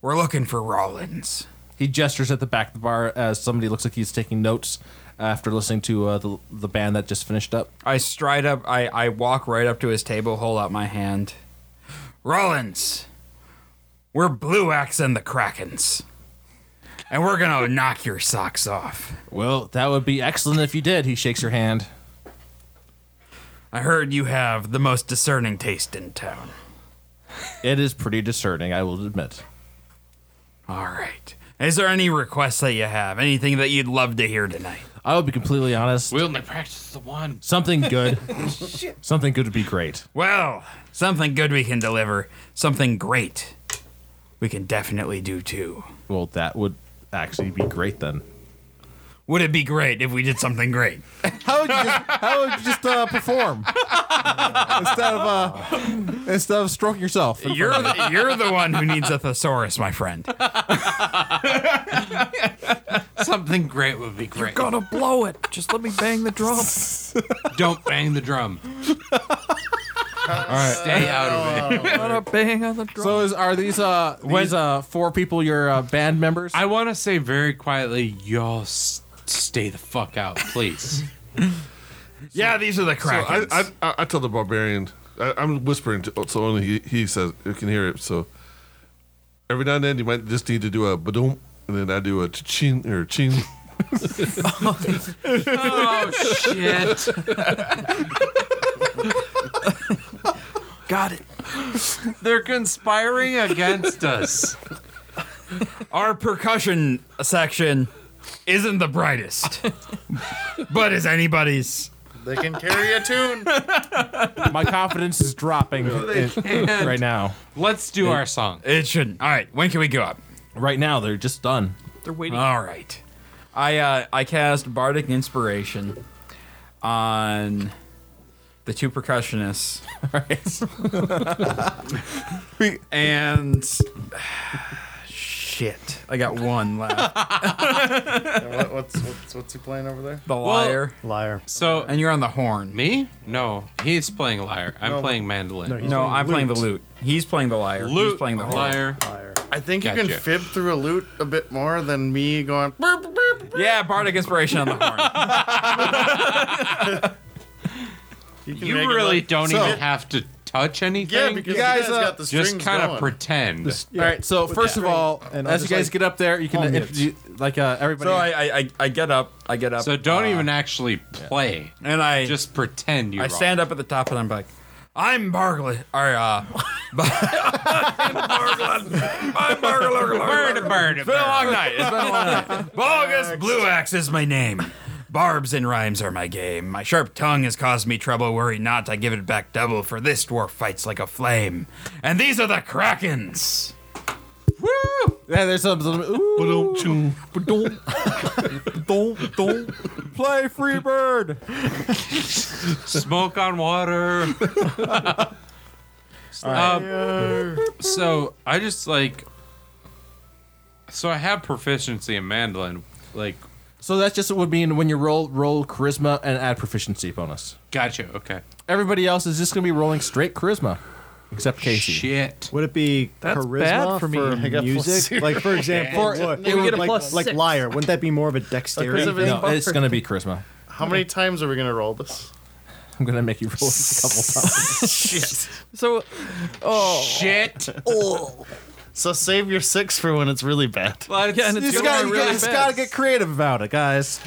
S5: We're looking for Rollins.
S3: He gestures at the back of the bar as somebody looks like he's taking notes after listening to uh, the the band that just finished up.
S5: I stride up. I I walk right up to his table, hold out my hand. Rollins, we're Blue Axe and the Krakens, and we're gonna knock your socks off.
S3: Well, that would be excellent if you did. He shakes your hand.
S5: I heard you have the most discerning taste in town.
S3: It is pretty discerning, I will admit.
S5: All right. Is there any requests that you have? Anything that you'd love to hear tonight?
S3: I will be completely honest.
S2: We only practice the one.
S3: Something good. something good would be great.
S5: Well, something good we can deliver. Something great we can definitely do too.
S3: Well, that would actually be great then.
S5: Would it be great if we did something great?
S3: How would you just, how would you just uh, *laughs* perform instead of uh, instead of stroking yourself?
S5: You're the, you're the one who needs a thesaurus, my friend.
S2: *laughs* Something great would be great.
S7: Gotta blow it. Just let me bang the *laughs* drum.
S2: Don't bang the drum.
S3: All right.
S2: Stay out of it.
S7: Gotta bang on the drum.
S3: So is, are these uh these uh four people your uh, band members?
S2: I want to say very quietly, y'all s- stay the fuck out, please.
S5: Yeah, these are the
S1: So I,
S5: Krakens.
S1: I, I, I tell the barbarian, I, I'm whispering to, so only he, he says, you can hear it. So every now and then you might just need to do a badoom, and then I do a chin or chin.
S2: oh shit!
S7: Got it.
S2: *laughs* They're conspiring against us.
S5: Our percussion section isn't the brightest, *laughs* but is anybody's.
S4: They can carry a *laughs* tune.
S3: My confidence is *laughs* dropping in- right now.
S2: Let's do our song.
S5: It shouldn't. All right, when can we go up?
S3: Right now, they're just done.
S7: They're waiting.
S5: All right. I uh, I cast bardic inspiration on the two percussionists. *laughs* and *sighs* shit, I got one left.
S4: What- what's, what's what's he playing over there?
S5: The lyre,
S6: Liar.
S2: So
S5: and you're on the horn.
S2: me? No, he's playing lyre. I'm playing mandolin.
S6: No, he's
S5: No,
S6: playing
S5: I'm playing the
S6: lute.
S5: lute. He's playing the lyre. He's
S2: Lute,
S5: playing the horn.
S2: lyre.
S4: I think you
S2: Gotcha.
S4: can fib through a lute a bit more than me going. "Burp, burp, burp."
S5: Yeah, bardic inspiration on the horn.
S4: can
S2: You
S4: make it
S2: really
S4: look-
S2: don't
S1: So-
S2: even have to touch anything.
S4: Yeah, because you
S3: guys,
S4: guys,
S3: uh,
S4: got the strings
S2: just kind of
S4: going.
S2: pretend.
S3: All right. So first of all,
S6: And I'll
S3: as you
S6: just,
S3: guys
S6: like,
S3: get up there, you can
S6: palm it.
S3: introduce, like uh, everybody.
S5: so I, I I- I get up. I get up.
S2: So don't
S5: uh,
S2: even actually play.
S5: And I
S2: Just pretend you.
S5: *laughs* I stand up at the top and I'm like, I'm Barglet, or uh, *laughs* I'm Margalurgalur.
S2: Bird, bird,
S5: Been a
S2: bird.
S5: long night. It's been a long night. Bogus Blue Axe is my name. Barbs and rhymes are my game. My sharp tongue has caused me trouble. Worry not, I give it back double, for this dwarf fights like a flame. And these are the Krakens.
S3: Yeah, there's some. some ooh,
S1: Ba-dum-chum.
S3: don't, don't, don't play Freebird.
S2: Smoke on water. *laughs* Uh, so I just like. So I have proficiency in mandolin. Like,
S3: So that just would mean when you roll, roll charisma and add proficiency bonus.
S2: gotcha. Okay.
S3: Everybody else is just gonna be rolling straight charisma, except Casey.
S2: Shit.
S6: Would it be
S7: That's
S6: charisma
S7: bad
S6: for,
S7: for me. I
S4: got
S6: music?
S4: plus
S6: Like for example,
S3: For-
S6: what-
S3: it would-
S6: like,
S8: plus
S6: like
S8: six.
S6: liar. Wouldn't that be more of a dexterity?
S4: Because of
S6: thing?
S4: his
S3: No, it's gonna be charisma.
S4: How many times are we gonna roll this?
S3: I'm gonna make you roll a couple
S4: *laughs*
S3: times.
S8: So, oh,
S2: Shit.
S4: So save your six for when it's really bad.
S2: Well, it's,
S7: and it's
S2: it's
S7: You're
S2: gonna
S7: gotta-
S2: really
S7: guys
S2: bad.
S7: gotta
S3: get creative about it, guys.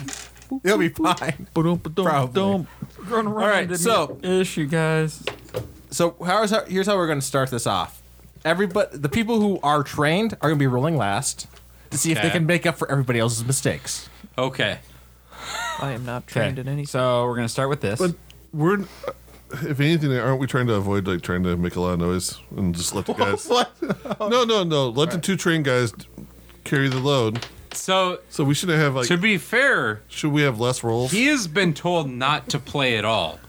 S3: You'll be
S7: *laughs*
S3: fine. Probably.
S5: All
S3: right, so-
S5: ish, you guys.
S3: So how's how, here's how we're going to start this off. Everybody, the people who are trained are going to be rolling last to see if they
S2: Okay.
S3: can make up for everybody else's mistakes.
S2: Okay.
S7: I am not trained
S5: Okay.
S7: in any.
S5: So we're gonna start with this.
S1: But we're, if anything, aren't we trying to avoid like trying to make a lot of noise and just
S3: *laughs*
S1: let the guys? what? *laughs* no, no, no. Let the two train guys carry the load.
S2: So
S1: So we should have like.
S2: to be fair,
S1: should we have less rolls?
S2: he has been told not to play at all.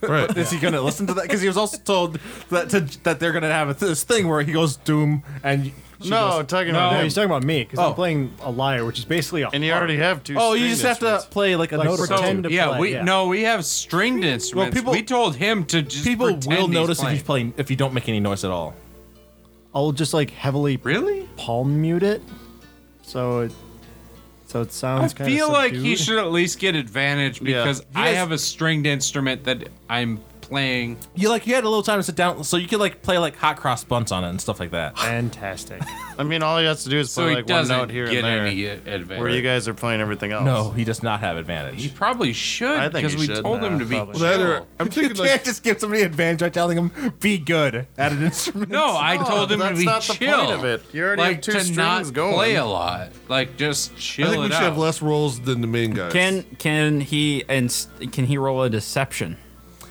S1: right.
S3: Is he going to listen to that? Because he was also told that to, that they're going to have this thing where he goes doom and
S4: no, talking
S2: No.
S4: about
S6: No,
S4: him.
S6: he's talking about me because
S3: Oh.
S6: I'm playing a liar, which is basically a.
S4: And you already have two.
S3: oh, you
S4: string
S3: just have to
S4: instruments.
S3: play like a
S6: Like,
S3: note. or
S6: pretend
S3: two.
S6: to
S2: yeah,
S6: play,
S2: we
S6: yeah.
S2: no, we have stringed instruments.
S3: people-
S2: we told him to just
S3: People
S2: pretend
S3: will
S2: he's
S3: notice if
S2: playing.
S3: you play if you don't make any noise at all.
S6: I'll just like heavily
S2: Really?
S6: palm mute it, so it so it sounds.
S2: I
S6: kinda
S2: feel like he
S6: subdued.
S2: should at least get advantage
S4: Yeah.
S2: because
S3: You
S2: I
S3: guys-
S2: have a stringed instrument that I'm playing.
S3: You like you had a little time to sit down, so you could like play like hot cross bunts on it and stuff like that. *sighs*
S6: Fantastic.
S4: I mean, all he has to do is
S2: So
S4: play
S2: he
S4: like one
S2: doesn't
S4: note here
S2: get
S4: and there,
S2: any uh, advantage.
S4: where you guys are playing everything else.
S3: No, he does not have
S2: He
S3: *laughs* advantage.
S2: probably should
S4: I think
S2: because
S4: he
S2: we
S4: should
S2: told him
S4: now,
S2: to be.
S4: probably.
S1: That or-
S2: chill.
S1: I'm thinking like
S3: just give somebody advantage by telling him be good at an instrument.
S2: No, I told him to
S4: that's
S2: be
S4: not the
S2: chill.
S4: point of it. You already have
S2: like
S4: two
S2: to not
S4: strings going.
S2: play a lot. Like just chill
S1: I think
S2: it
S1: we should
S2: out.
S1: have less rolls than the main guys.
S5: Can can he and can he roll a deception?
S3: *laughs*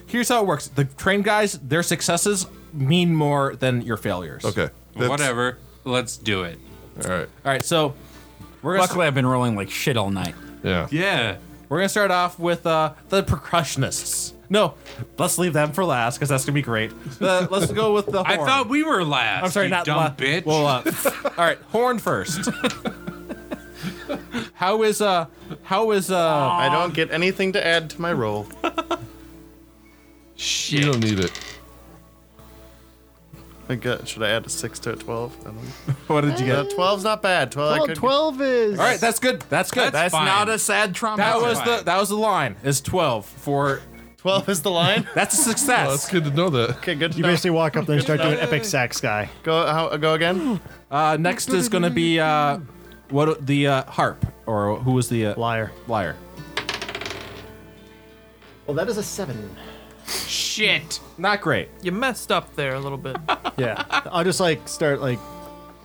S3: here's how it works the train guys their successes mean more than your failures
S1: okay. that's-
S2: Whatever. Let's do it.
S1: All right.
S3: all right so we're gonna,
S5: Luckily, I've been rolling like shit all night.
S1: Yeah.
S2: Yeah.
S3: we're gonna start off with uh the percussionists no let's leave them for last because that's gonna be great The- let's go with *laughs* the horn.
S2: I thought we were last.
S3: i'm sorry
S2: you
S3: not
S2: dumb
S3: la-
S2: bitch.
S3: well uh, *laughs* all right horn first how is uh how is uh
S4: I don't get anything to add to my roll.
S1: You
S2: Shit.
S1: don't need it.
S4: I got, should I add a six to a twelve? I don't know.
S3: what did you get all
S4: Uh, Twelve's not bad. Twelve. I
S6: well,
S4: could get-
S6: twelve is.
S3: right that's good that's good
S2: That's fine.
S5: sad trauma.
S3: that was
S2: fine.
S3: the that was the line is 12 for
S4: Twelve is the line.
S3: that's a
S1: Well, that's
S3: success
S1: good to know that.
S4: okay, good. To
S6: You
S4: know.
S6: basically walk up there and start doing epic sax guy.
S4: go how, go again.
S3: Uh, next is gonna be uh, what the uh, harp or who was the uh,
S6: Liar.
S3: liar?
S6: Well, that is a seven.
S2: Shit.
S3: Not great.
S7: You messed up there a little bit.
S6: Yeah. I'll just like start like,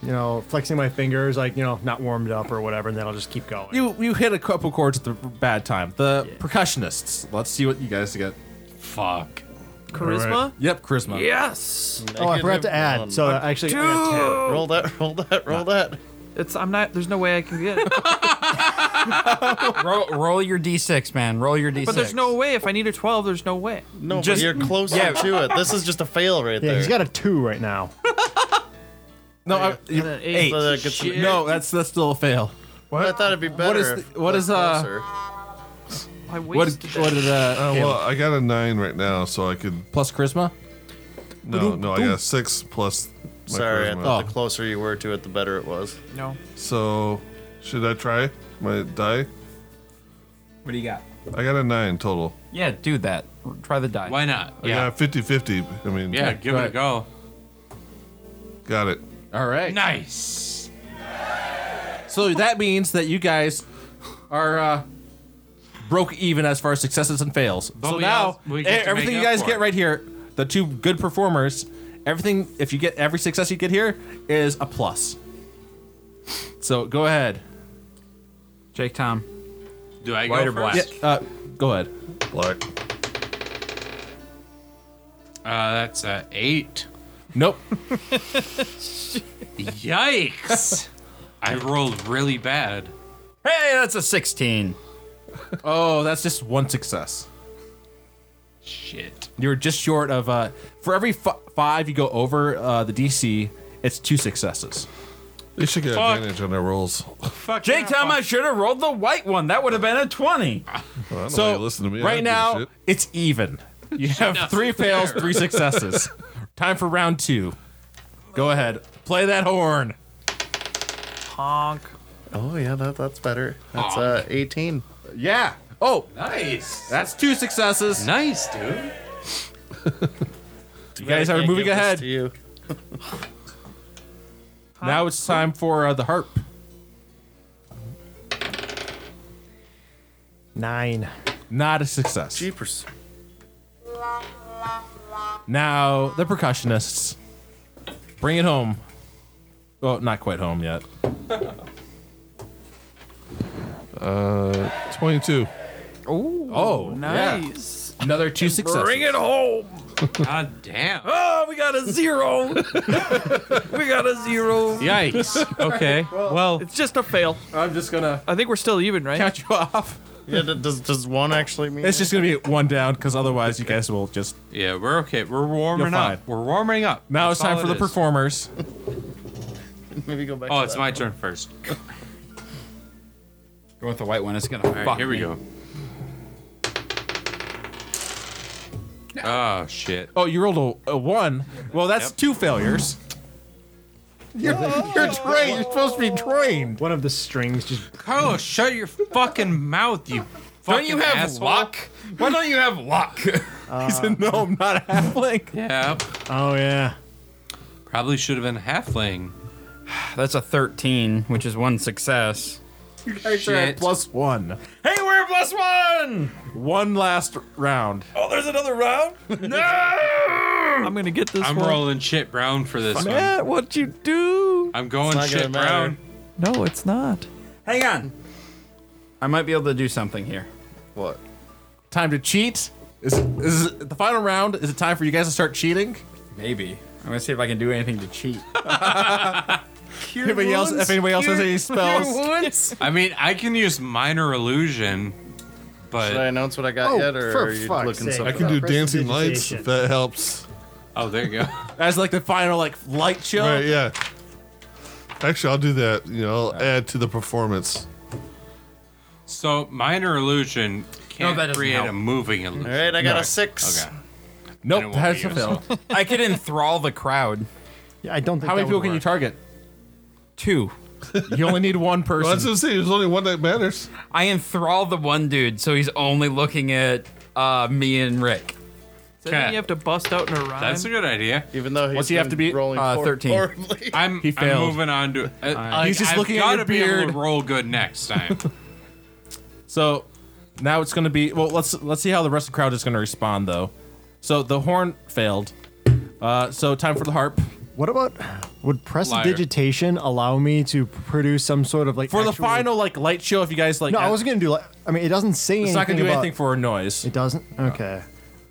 S6: you know, flexing my fingers, like you know, not warmed up or whatever, and then I'll just keep going.
S3: You you hit a couple chords at the bad time. The percussionists. Let's see what you guys get.
S2: Fuck.
S7: Charisma?
S3: Yep, charisma.
S7: Yes.
S6: oh, I forgot to add. So I actually, I got ten.
S4: Roll that. Roll that. Roll that.
S7: It's I'm not. There's no way I can get. it.
S5: roll, roll your d6, man. Roll your d6.
S7: But there's no way. If I need a 12, there's no way.
S4: No, but
S5: Just-
S4: you're closer
S5: yeah.
S4: to it. This is just a fail right
S6: Yeah,
S4: there.
S6: he's got a two right now.
S3: No, I, you-
S7: an eight.
S3: eight.
S4: so that gets
S2: Shit.
S3: No, that's that's still a fail.
S4: I thought it'd be better.
S3: is the-
S4: if-
S3: what
S4: like,
S3: is, uh,
S4: closer.
S7: I
S3: What
S7: wasted that.
S3: what did uh,
S1: Uh, well, I got a nine right now, so I could
S3: plus charisma?
S1: no, no. I got a six plus. My
S4: Sorry, I
S1: charisma.
S4: thought the
S3: Oh.
S4: closer you were to it, the better it was.
S7: No.
S1: So, should I try my die?
S5: What do you got?
S1: I got a nine total.
S5: Yeah, do that. Try the die.
S2: Why not?
S1: I got
S2: Yeah.
S1: a 50 50. I mean,
S2: Yeah. Give it a
S3: Right.
S2: go.
S1: got it.
S3: All right.
S2: Nice.
S3: So that means that you guys are uh, broke even as far as successes and fails.
S2: But
S3: so
S2: we
S3: now
S2: also- we
S3: e-
S2: get to
S3: everything
S2: make
S3: you
S2: up
S3: guys
S2: for
S3: get
S2: it.
S3: right here, the two good performers Everything, if you get every success you get here, is a plus. So go ahead.
S5: Jake Tom.
S2: Do I
S5: White
S2: go
S5: or black?
S2: first?
S3: Uh, go ahead.
S1: Black.
S2: Uh, that's a eight.
S3: Nope.
S2: Yikes! *laughs* I rolled really bad.
S5: *laughs* Hey, that's a 16.
S3: oh, that's just one success.
S2: Shit.
S3: You're just short of. Uh, for every f- five you go over uh, the DC, it's two successes.
S1: They should get
S2: Fuck.
S1: advantage on their rolls.
S2: Fuck
S5: Jake
S2: yeah,
S5: Tom, I should have rolled the white one. That would have been a 20.
S1: I don't know why
S3: So
S1: you listen to me. I
S3: right
S1: don't give a
S3: now,
S1: shit.
S3: it's even. You have three fails,
S2: *laughs*
S3: three successes. Time for round two. Go ahead. Play that horn.
S7: Honk.
S4: Oh yeah, that, that's better. That's uh, 18.
S3: Yeah. Oh,
S2: fuck. Nice.
S3: that's two successes.
S2: Nice, dude.
S3: You guys are
S4: Can't
S3: moving
S4: give this
S3: ahead.
S4: to you.
S3: Now it's time for uh, the harp.
S6: Nine.
S3: Not a success.
S4: Jeepers.
S3: Now the percussionists. Bring it home. Oh, not quite home *laughs* yet. Uh,
S1: 22.
S3: Oh, yeah.
S7: Nice.
S3: Another two successes.
S5: Bring it home.
S2: God damn.
S5: *laughs* Oh, we got a
S2: *laughs*
S5: zero. we got a zero.
S2: Yikes. Okay. Well,
S7: It's just a fail.
S3: I'm just gonna
S7: I think we're still even, right?
S3: count you off.
S4: Yeah, d- does does one actually mean?
S3: It's just gonna be one down because otherwise you guys will just.
S2: yeah, we're okay. We're warming
S3: You're
S2: up.
S3: fine.
S2: We're warming up.
S3: Now
S2: That's
S3: it's time
S2: all
S3: for
S2: it
S3: the
S2: is.
S3: performers.
S4: Maybe go back.
S2: Oh,
S4: to
S2: it's
S4: that.
S2: my turn first. All
S5: Go with the white one. It's gonna
S2: right,
S5: fuck.
S2: here we
S5: me.
S2: go. Oh shit.
S3: Oh, you rolled a, a one. Well, that's
S2: Yep.
S3: two failures. You're, you're trained. You're supposed to be trained.
S6: One of the strings just.
S2: Carlos, shut your fucking mouth, you fucking
S5: Don't you have
S2: asshole.
S5: luck? Why don't you have luck?
S3: *laughs* he said, "No, I'm not a halfling."
S2: Yeah,
S6: Oh yeah.
S2: probably should have been halfling.
S5: That's a 13, which is one success.
S3: You guys are at
S2: Shit.
S3: plus one.
S5: Hey, we're plus one.
S3: One last round.
S5: Oh, there's another round. no.
S7: I'm gonna get this
S2: I'm
S7: one.
S2: rolling shit brown for this one.
S7: Matt, what'd you do?
S2: I'm going
S4: It's not
S2: shit
S4: gonna matter.
S2: brown.
S7: No, it's not.
S5: Hang on. I might be able to do something here.
S4: What?
S3: Time to cheat. Is is it the final round? Is it time for you guys to start cheating?
S5: Maybe. I'm gonna see if I can do anything to cheat.
S3: Anybody else? If anybody else has any spells,
S2: I mean, I can use minor illusion,
S4: Did I
S2: but
S4: announce what I got
S6: Oh,
S4: yet, or
S6: for
S4: are you
S6: fuck's
S4: looking
S6: sake.
S1: I
S6: I
S4: something?
S1: can do
S4: up?
S1: dancing lights if
S6: Prestidigitation.
S1: that helps.
S2: oh, there you go. *laughs*
S3: as like the final like light show.
S1: Right, yeah. Actually, I'll do that. You know, I'll add to the performance.
S2: So minor illusion can't
S5: that doesn't
S2: create
S5: help.
S2: a moving illusion.
S4: All right, I got a six.
S2: Okay. And it
S3: Nope,
S2: won't
S3: that's
S2: be
S3: a fail.
S5: I could enthrall the crowd.
S6: Yeah, I don't think.
S3: How many
S6: that
S3: people
S6: would
S3: can you
S6: work.
S3: target?
S5: Two.
S3: You only need one person.
S1: Well, that's what I'm saying. There's only one that matters.
S5: I enthrall the one dude, so he's only looking at uh, me and Rick.
S7: So then
S2: Okay.
S7: you have to bust out in a rhyme.
S2: That's a good idea.
S4: Even though he's
S3: What's he have
S4: been
S3: to beat?
S4: rolling
S5: Uh,
S4: for-
S5: 13.
S4: horribly.
S2: I'm,
S3: He
S2: I'm
S3: failed.
S2: moving on to. Uh,
S3: He's just
S2: I've
S3: looking at
S2: gotta
S3: your
S2: be able
S3: beard.
S2: to roll good next
S4: *laughs*
S2: time.
S3: So now it's going to be well. Let's let's see how the rest of the crowd is going to respond though. So the horn failed. Uh, so time for the harp.
S6: What about? Would prestidigitation allow me to produce some sort of like
S3: For the
S6: actual-
S3: final like light show, if you guys like,
S6: No, I wasn't gonna do like. I mean, it doesn't say anything.
S3: it's not going to do
S6: about-
S3: anything for noise.
S6: It doesn't. Okay.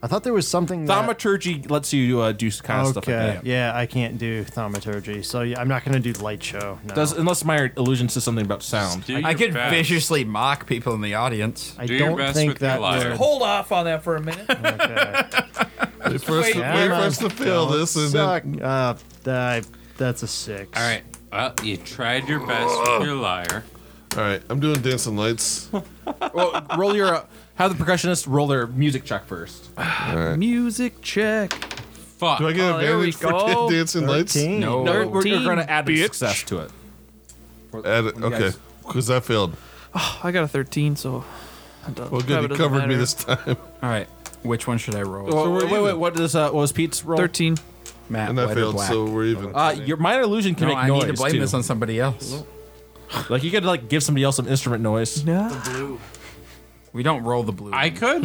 S6: I thought there was something. that-
S3: Thaumaturgy lets you uh, do kind of stuff like
S6: okay.
S3: that.
S6: yeah, I can't do thaumaturgy, so yeah, I'm not gonna do light show. No.
S3: Does unless my illusion says something about sound.
S2: Do
S5: I
S2: your
S5: could
S2: best.
S5: viciously mock people in the audience.
S6: I
S2: do your
S6: don't
S2: best
S6: think
S2: with your
S6: that.
S2: liar.
S6: would-
S7: Hold off on that for a minute.
S6: Okay.
S1: Wait for us to,
S6: Yeah,
S1: wait for
S6: man,
S1: us to fail
S6: don't
S1: this, and then
S6: suck. Uh, I- that's a six.
S2: All right. Well, you tried your best with your liar.
S1: all right, I'm doing dancing
S7: *laughs*
S1: lights.
S3: well, roll your uh, have the percussionist roll their music check first.
S7: *laughs* Music check.
S2: Fuck.
S1: Do I get
S7: Oh, there we
S1: advantage for *laughs*
S7: go.
S1: dancing lights?
S6: Thirteen.
S5: No.
S3: No, we're,
S7: Thirteen,
S3: going to add a
S7: bitch.
S3: success to it.
S1: Add it.
S3: guys-
S1: Okay, because I failed.
S7: I got a 13, so. it doesn't-
S1: Well,
S7: probably
S1: good, you
S7: doesn't
S1: covered me
S7: matter.
S1: this time. *laughs*
S5: All right, which one should I roll?
S3: Well,
S1: we're
S3: wait, wait,
S1: even.
S3: what does uh, what was Pete's roll?
S7: 13.
S5: Matt,
S1: And
S5: white
S1: I
S5: or
S1: failed,
S5: black?
S1: so we're even.
S3: Uh, your minor illusion can
S5: no,
S3: make
S5: I
S3: noise
S5: need to blame
S3: too.
S5: this on somebody else.
S3: Like you could like give somebody else some instrument noise.
S7: No.
S5: We don't roll the blue.
S2: I could.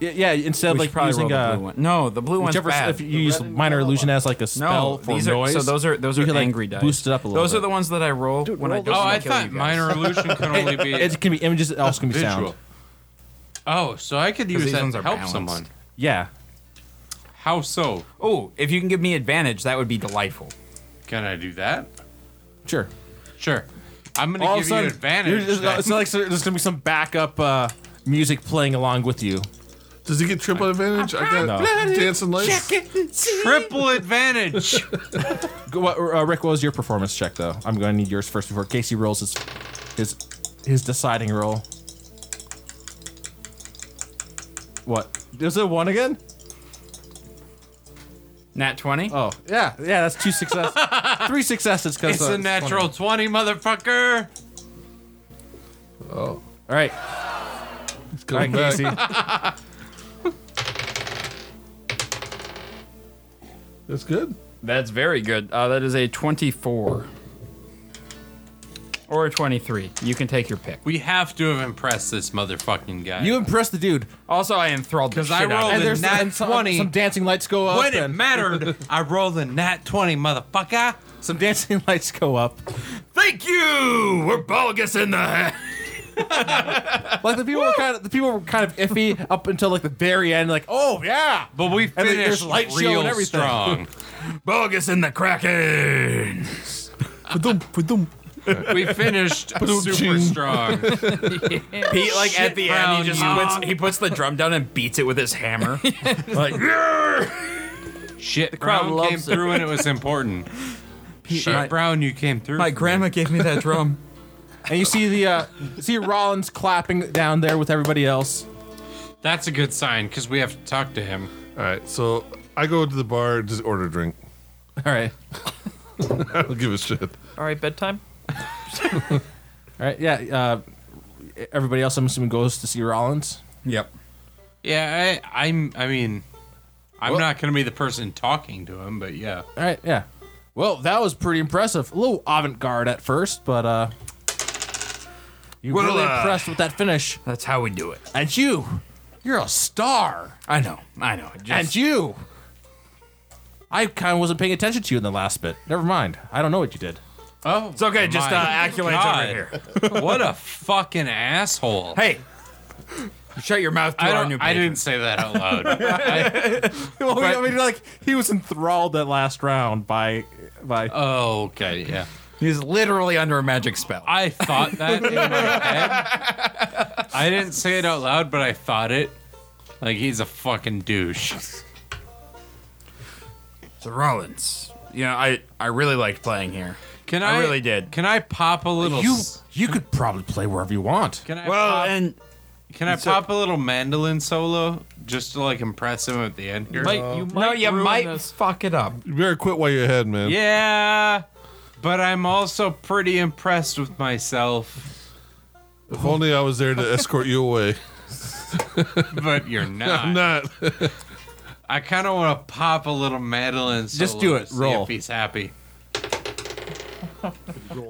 S3: Y- Yeah, instead of
S5: We
S3: like
S5: should probably
S3: using
S5: roll the
S3: a
S5: blue one. No, the blue one's
S3: whichever
S5: bad.
S3: if you use minor illusion as like a spell for
S5: these
S3: noise.
S5: Are, so those are those
S3: you
S5: are
S3: could, like,
S5: angry dice.
S3: Boost it up a little.
S5: Those
S3: bit.
S5: are the ones that I roll when I
S6: roll
S5: don't
S2: Oh,
S5: wanna
S2: I
S5: kill
S2: thought
S5: you guys.
S2: minor
S5: *laughs*
S2: illusion can only be.
S3: It can be images. It also can be
S1: Visual.
S3: sound.
S2: oh, so I could use
S5: these
S2: that
S5: ones
S2: to
S5: are
S2: help
S5: balanced.
S2: someone.
S3: Yeah.
S2: How so?
S5: Oh, if you can give me advantage, that would be delightful.
S2: Can I do that?
S3: Sure.
S2: Sure. I'm gonna
S3: All of
S2: give
S3: a sudden,
S2: you advantage.
S3: you're just-
S2: then.
S3: it's not like there's gonna be some backup uh, music playing along with you.
S1: Does he get triple advantage? I got
S3: No.
S1: *laughs* dancing lights.
S2: *laughs* Triple advantage.
S3: Go- what- uh, Rick, what was your performance check though? I'm going to need yours first before Casey rolls his his his deciding roll. What? Is it one again?
S5: Nat twenty.
S3: Oh yeah, yeah. That's two *laughs* success, three successes. Cause
S2: It's
S3: uh,
S2: a natural 20, motherfucker.
S3: All right,
S1: It's coming
S3: All right,
S1: back. That's good.
S5: That's very good. Uh, that is a twenty-four or a twenty-three. You can take your pick.
S2: We have to have impressed this motherfucking guy.
S3: you impressed the dude.
S5: Also, I am thrilled. Because
S2: I rolled
S5: Out
S2: a
S5: of
S3: there's
S5: this.
S2: nat
S3: and some,
S2: 20.
S3: Some dancing lights go up.
S2: when it
S3: and *laughs*
S2: mattered, I rolled a nat 20, motherfucker.
S3: some dancing *laughs* lights go up.
S5: Thank you. We're bogus in the head.
S3: *laughs* Like the people were kind of the people were kind of iffy up until like the very end. Like oh yeah,
S2: But we
S3: And then there's
S2: finished
S3: light show and
S2: real
S3: everything.
S2: strong.
S5: Bogus in the kraken.
S2: We
S3: *laughs*
S2: finished super strong.
S5: Pete, like at the end,
S2: round,
S5: he just
S2: you-
S5: puts, he puts the drum down and beats it with his *laughs* hammer. like
S2: Shit, the
S8: crowd
S2: Brown
S8: loves
S2: came
S8: it.
S2: through and it was important. Shit,
S5: my-
S2: Brown, you came through. for me.
S5: gave me that drum.
S3: and you see the uh, see Rollins clapping down there with everybody else.
S2: That's a good sign because we have to talk to him.
S1: All right, so I go to the bar and just order a drink. *laughs*
S3: All right,
S1: I don't give a shit.
S8: All right, bedtime.
S3: all right, yeah. Uh, everybody else, I'm assuming, goes to see Rollins.
S5: *laughs* Yep.
S2: Yeah, I, I'm. I mean, I'm not gonna be the person talking to him, but yeah.
S3: All right, yeah. Well, that was pretty impressive. A little avant-garde at first, but uh, you were
S5: Well,
S3: really
S5: uh,
S3: impressed with that finish.
S5: That's how we do it.
S3: And you, you're a star.
S5: I know. I know. Just,
S3: And you, I kind of wasn't paying attention to you in the last bit. Never mind. I don't know what you did.
S2: Oh,
S5: it's okay. Just uh, accolades over
S2: *laughs*
S5: here.
S2: what a fucking asshole.
S5: Hey, you shut your mouth to
S2: I,
S5: our
S2: don't,
S5: new
S2: I
S5: patron.
S2: didn't say that out *laughs* loud.
S3: *laughs* Well, I mean, like he was enthralled that last round by by.
S2: oh, okay, yeah.
S5: He's literally under a magic spell.
S2: I thought that in my head. *laughs* I didn't say it out loud, but I thought it. Like he's a fucking douche.
S5: so Rollins, you know, I I really liked playing here.
S2: Can I,
S5: I really did.
S2: Can I pop a little?
S3: you
S2: s-
S3: you could probably play wherever you want.
S2: Can I
S5: Well,
S2: pop,
S5: and
S2: can I
S5: so-
S2: pop a little mandolin solo just to like impress him at the end here?
S8: Might, you might
S5: no, you
S8: ruin
S5: might
S8: this.
S5: fuck it up.
S1: You better quit while you're ahead, man.
S2: Yeah, but I'm also pretty impressed with myself.
S1: If only I was there to escort you away.
S7: *laughs*
S2: But you're not.
S1: I'm *laughs* not.
S2: I kind of want to pop a little Madeline. Solo
S3: Just do
S2: to
S3: it.
S2: see
S3: Roll.
S2: if he's happy. All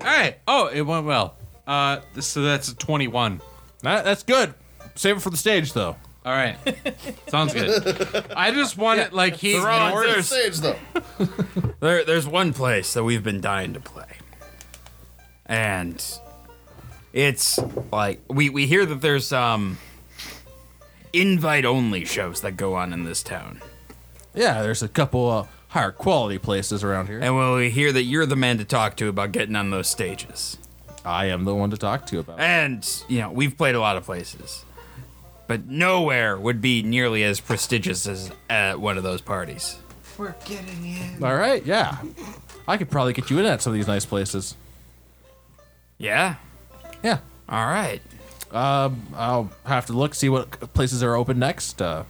S2: right. Oh, it went well. Uh, so that's a 21.
S3: Nah, that's good. Save it for the stage, though.
S2: All
S3: *laughs*
S2: right. Sounds good. I just want it like he
S4: They're
S2: ignores.
S4: sage though.
S5: There, there's one place that we've been dying to play, and it's like we we hear that there's um invite only shows that go on in this town,
S3: Yeah, there's a couple uh, higher quality places around here.
S5: and when we hear that you're the man to talk to about getting on those stages,
S3: I am the one to talk to about.
S5: and you know we've played a lot of places, but nowhere would be nearly as prestigious as at one of those parties.
S3: All right, yeah. I could probably get you in at some of these nice places.
S5: Yeah.
S3: Yeah.
S5: All right.
S3: I'll have to look see what places are open next. Uh,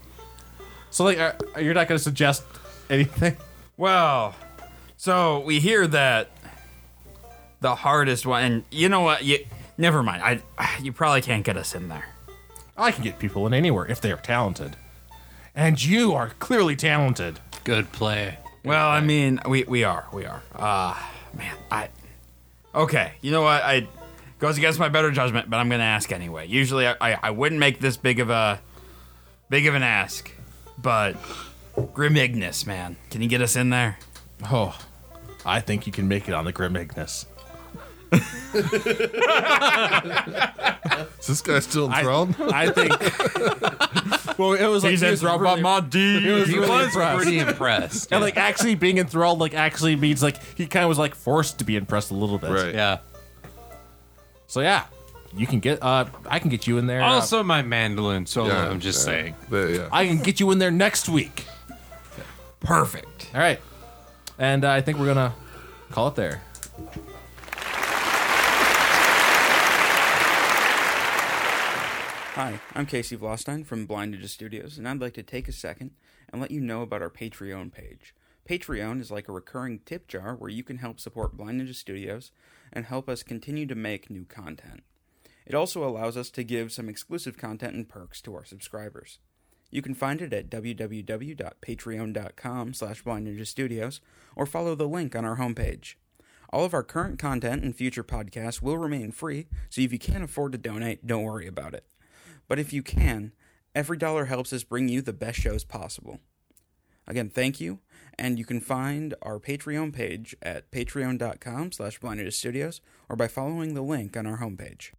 S3: so like, uh, you're not gonna suggest anything? *laughs*
S5: Well, so we hear that the hardest one, and you know what? You never mind. I *sighs* you probably can't get us in there.
S3: I can get people in anywhere if they are talented, and you are clearly talented.
S2: Good play.
S5: Well, I mean, we we are, we are. Ah, man, I. Okay, you know what? I goes against my better judgment, but I'm gonna ask anyway. Usually, I I, I wouldn't make this big of a
S9: Big of an ask, but Grimmignus, man, can you get us in there?
S3: Oh, I think you can make it on the Grim Ignis.
S1: Is this guy still enthralled?
S7: *laughs*
S3: I *laughs* think. well, it was like he was really-
S9: D.
S3: He was
S2: He
S3: really
S2: was
S3: impressed.
S2: pretty
S3: *laughs*
S2: impressed.
S3: and like actually being enthralled, like actually means like he kind of was like forced to be impressed a little bit.
S1: Right.
S2: yeah.
S3: So yeah, you can get. Uh, I can get you in there. uh,
S2: Also, my mandolin solo.
S1: Yeah,
S2: I'm just
S1: yeah.
S2: saying.
S1: There, yeah.
S3: I can get you in there next week.
S9: Perfect.
S3: All right. And uh, I think we're gonna call it there.
S5: Hi, I'm Casey Vlostein from Blind Ninja Studios, and I'd like to take a second and let you know about our Patreon page. Patreon is like a recurring tip jar where you can help support Blind Ninja Studios and help us continue to make new content. It also allows us to give some exclusive content and perks to our subscribers. You can find it at www.patreon.com slash Blind Ninja Studios or follow the link on our homepage. All of our current content and future podcasts will remain free, so if you can't afford to donate, don't worry about it. But if you can, every dollar helps us bring you the best shows possible. Again, thank you, and you can find our Patreon page at patreon.com slash Blinded Studios or by following the link on our homepage.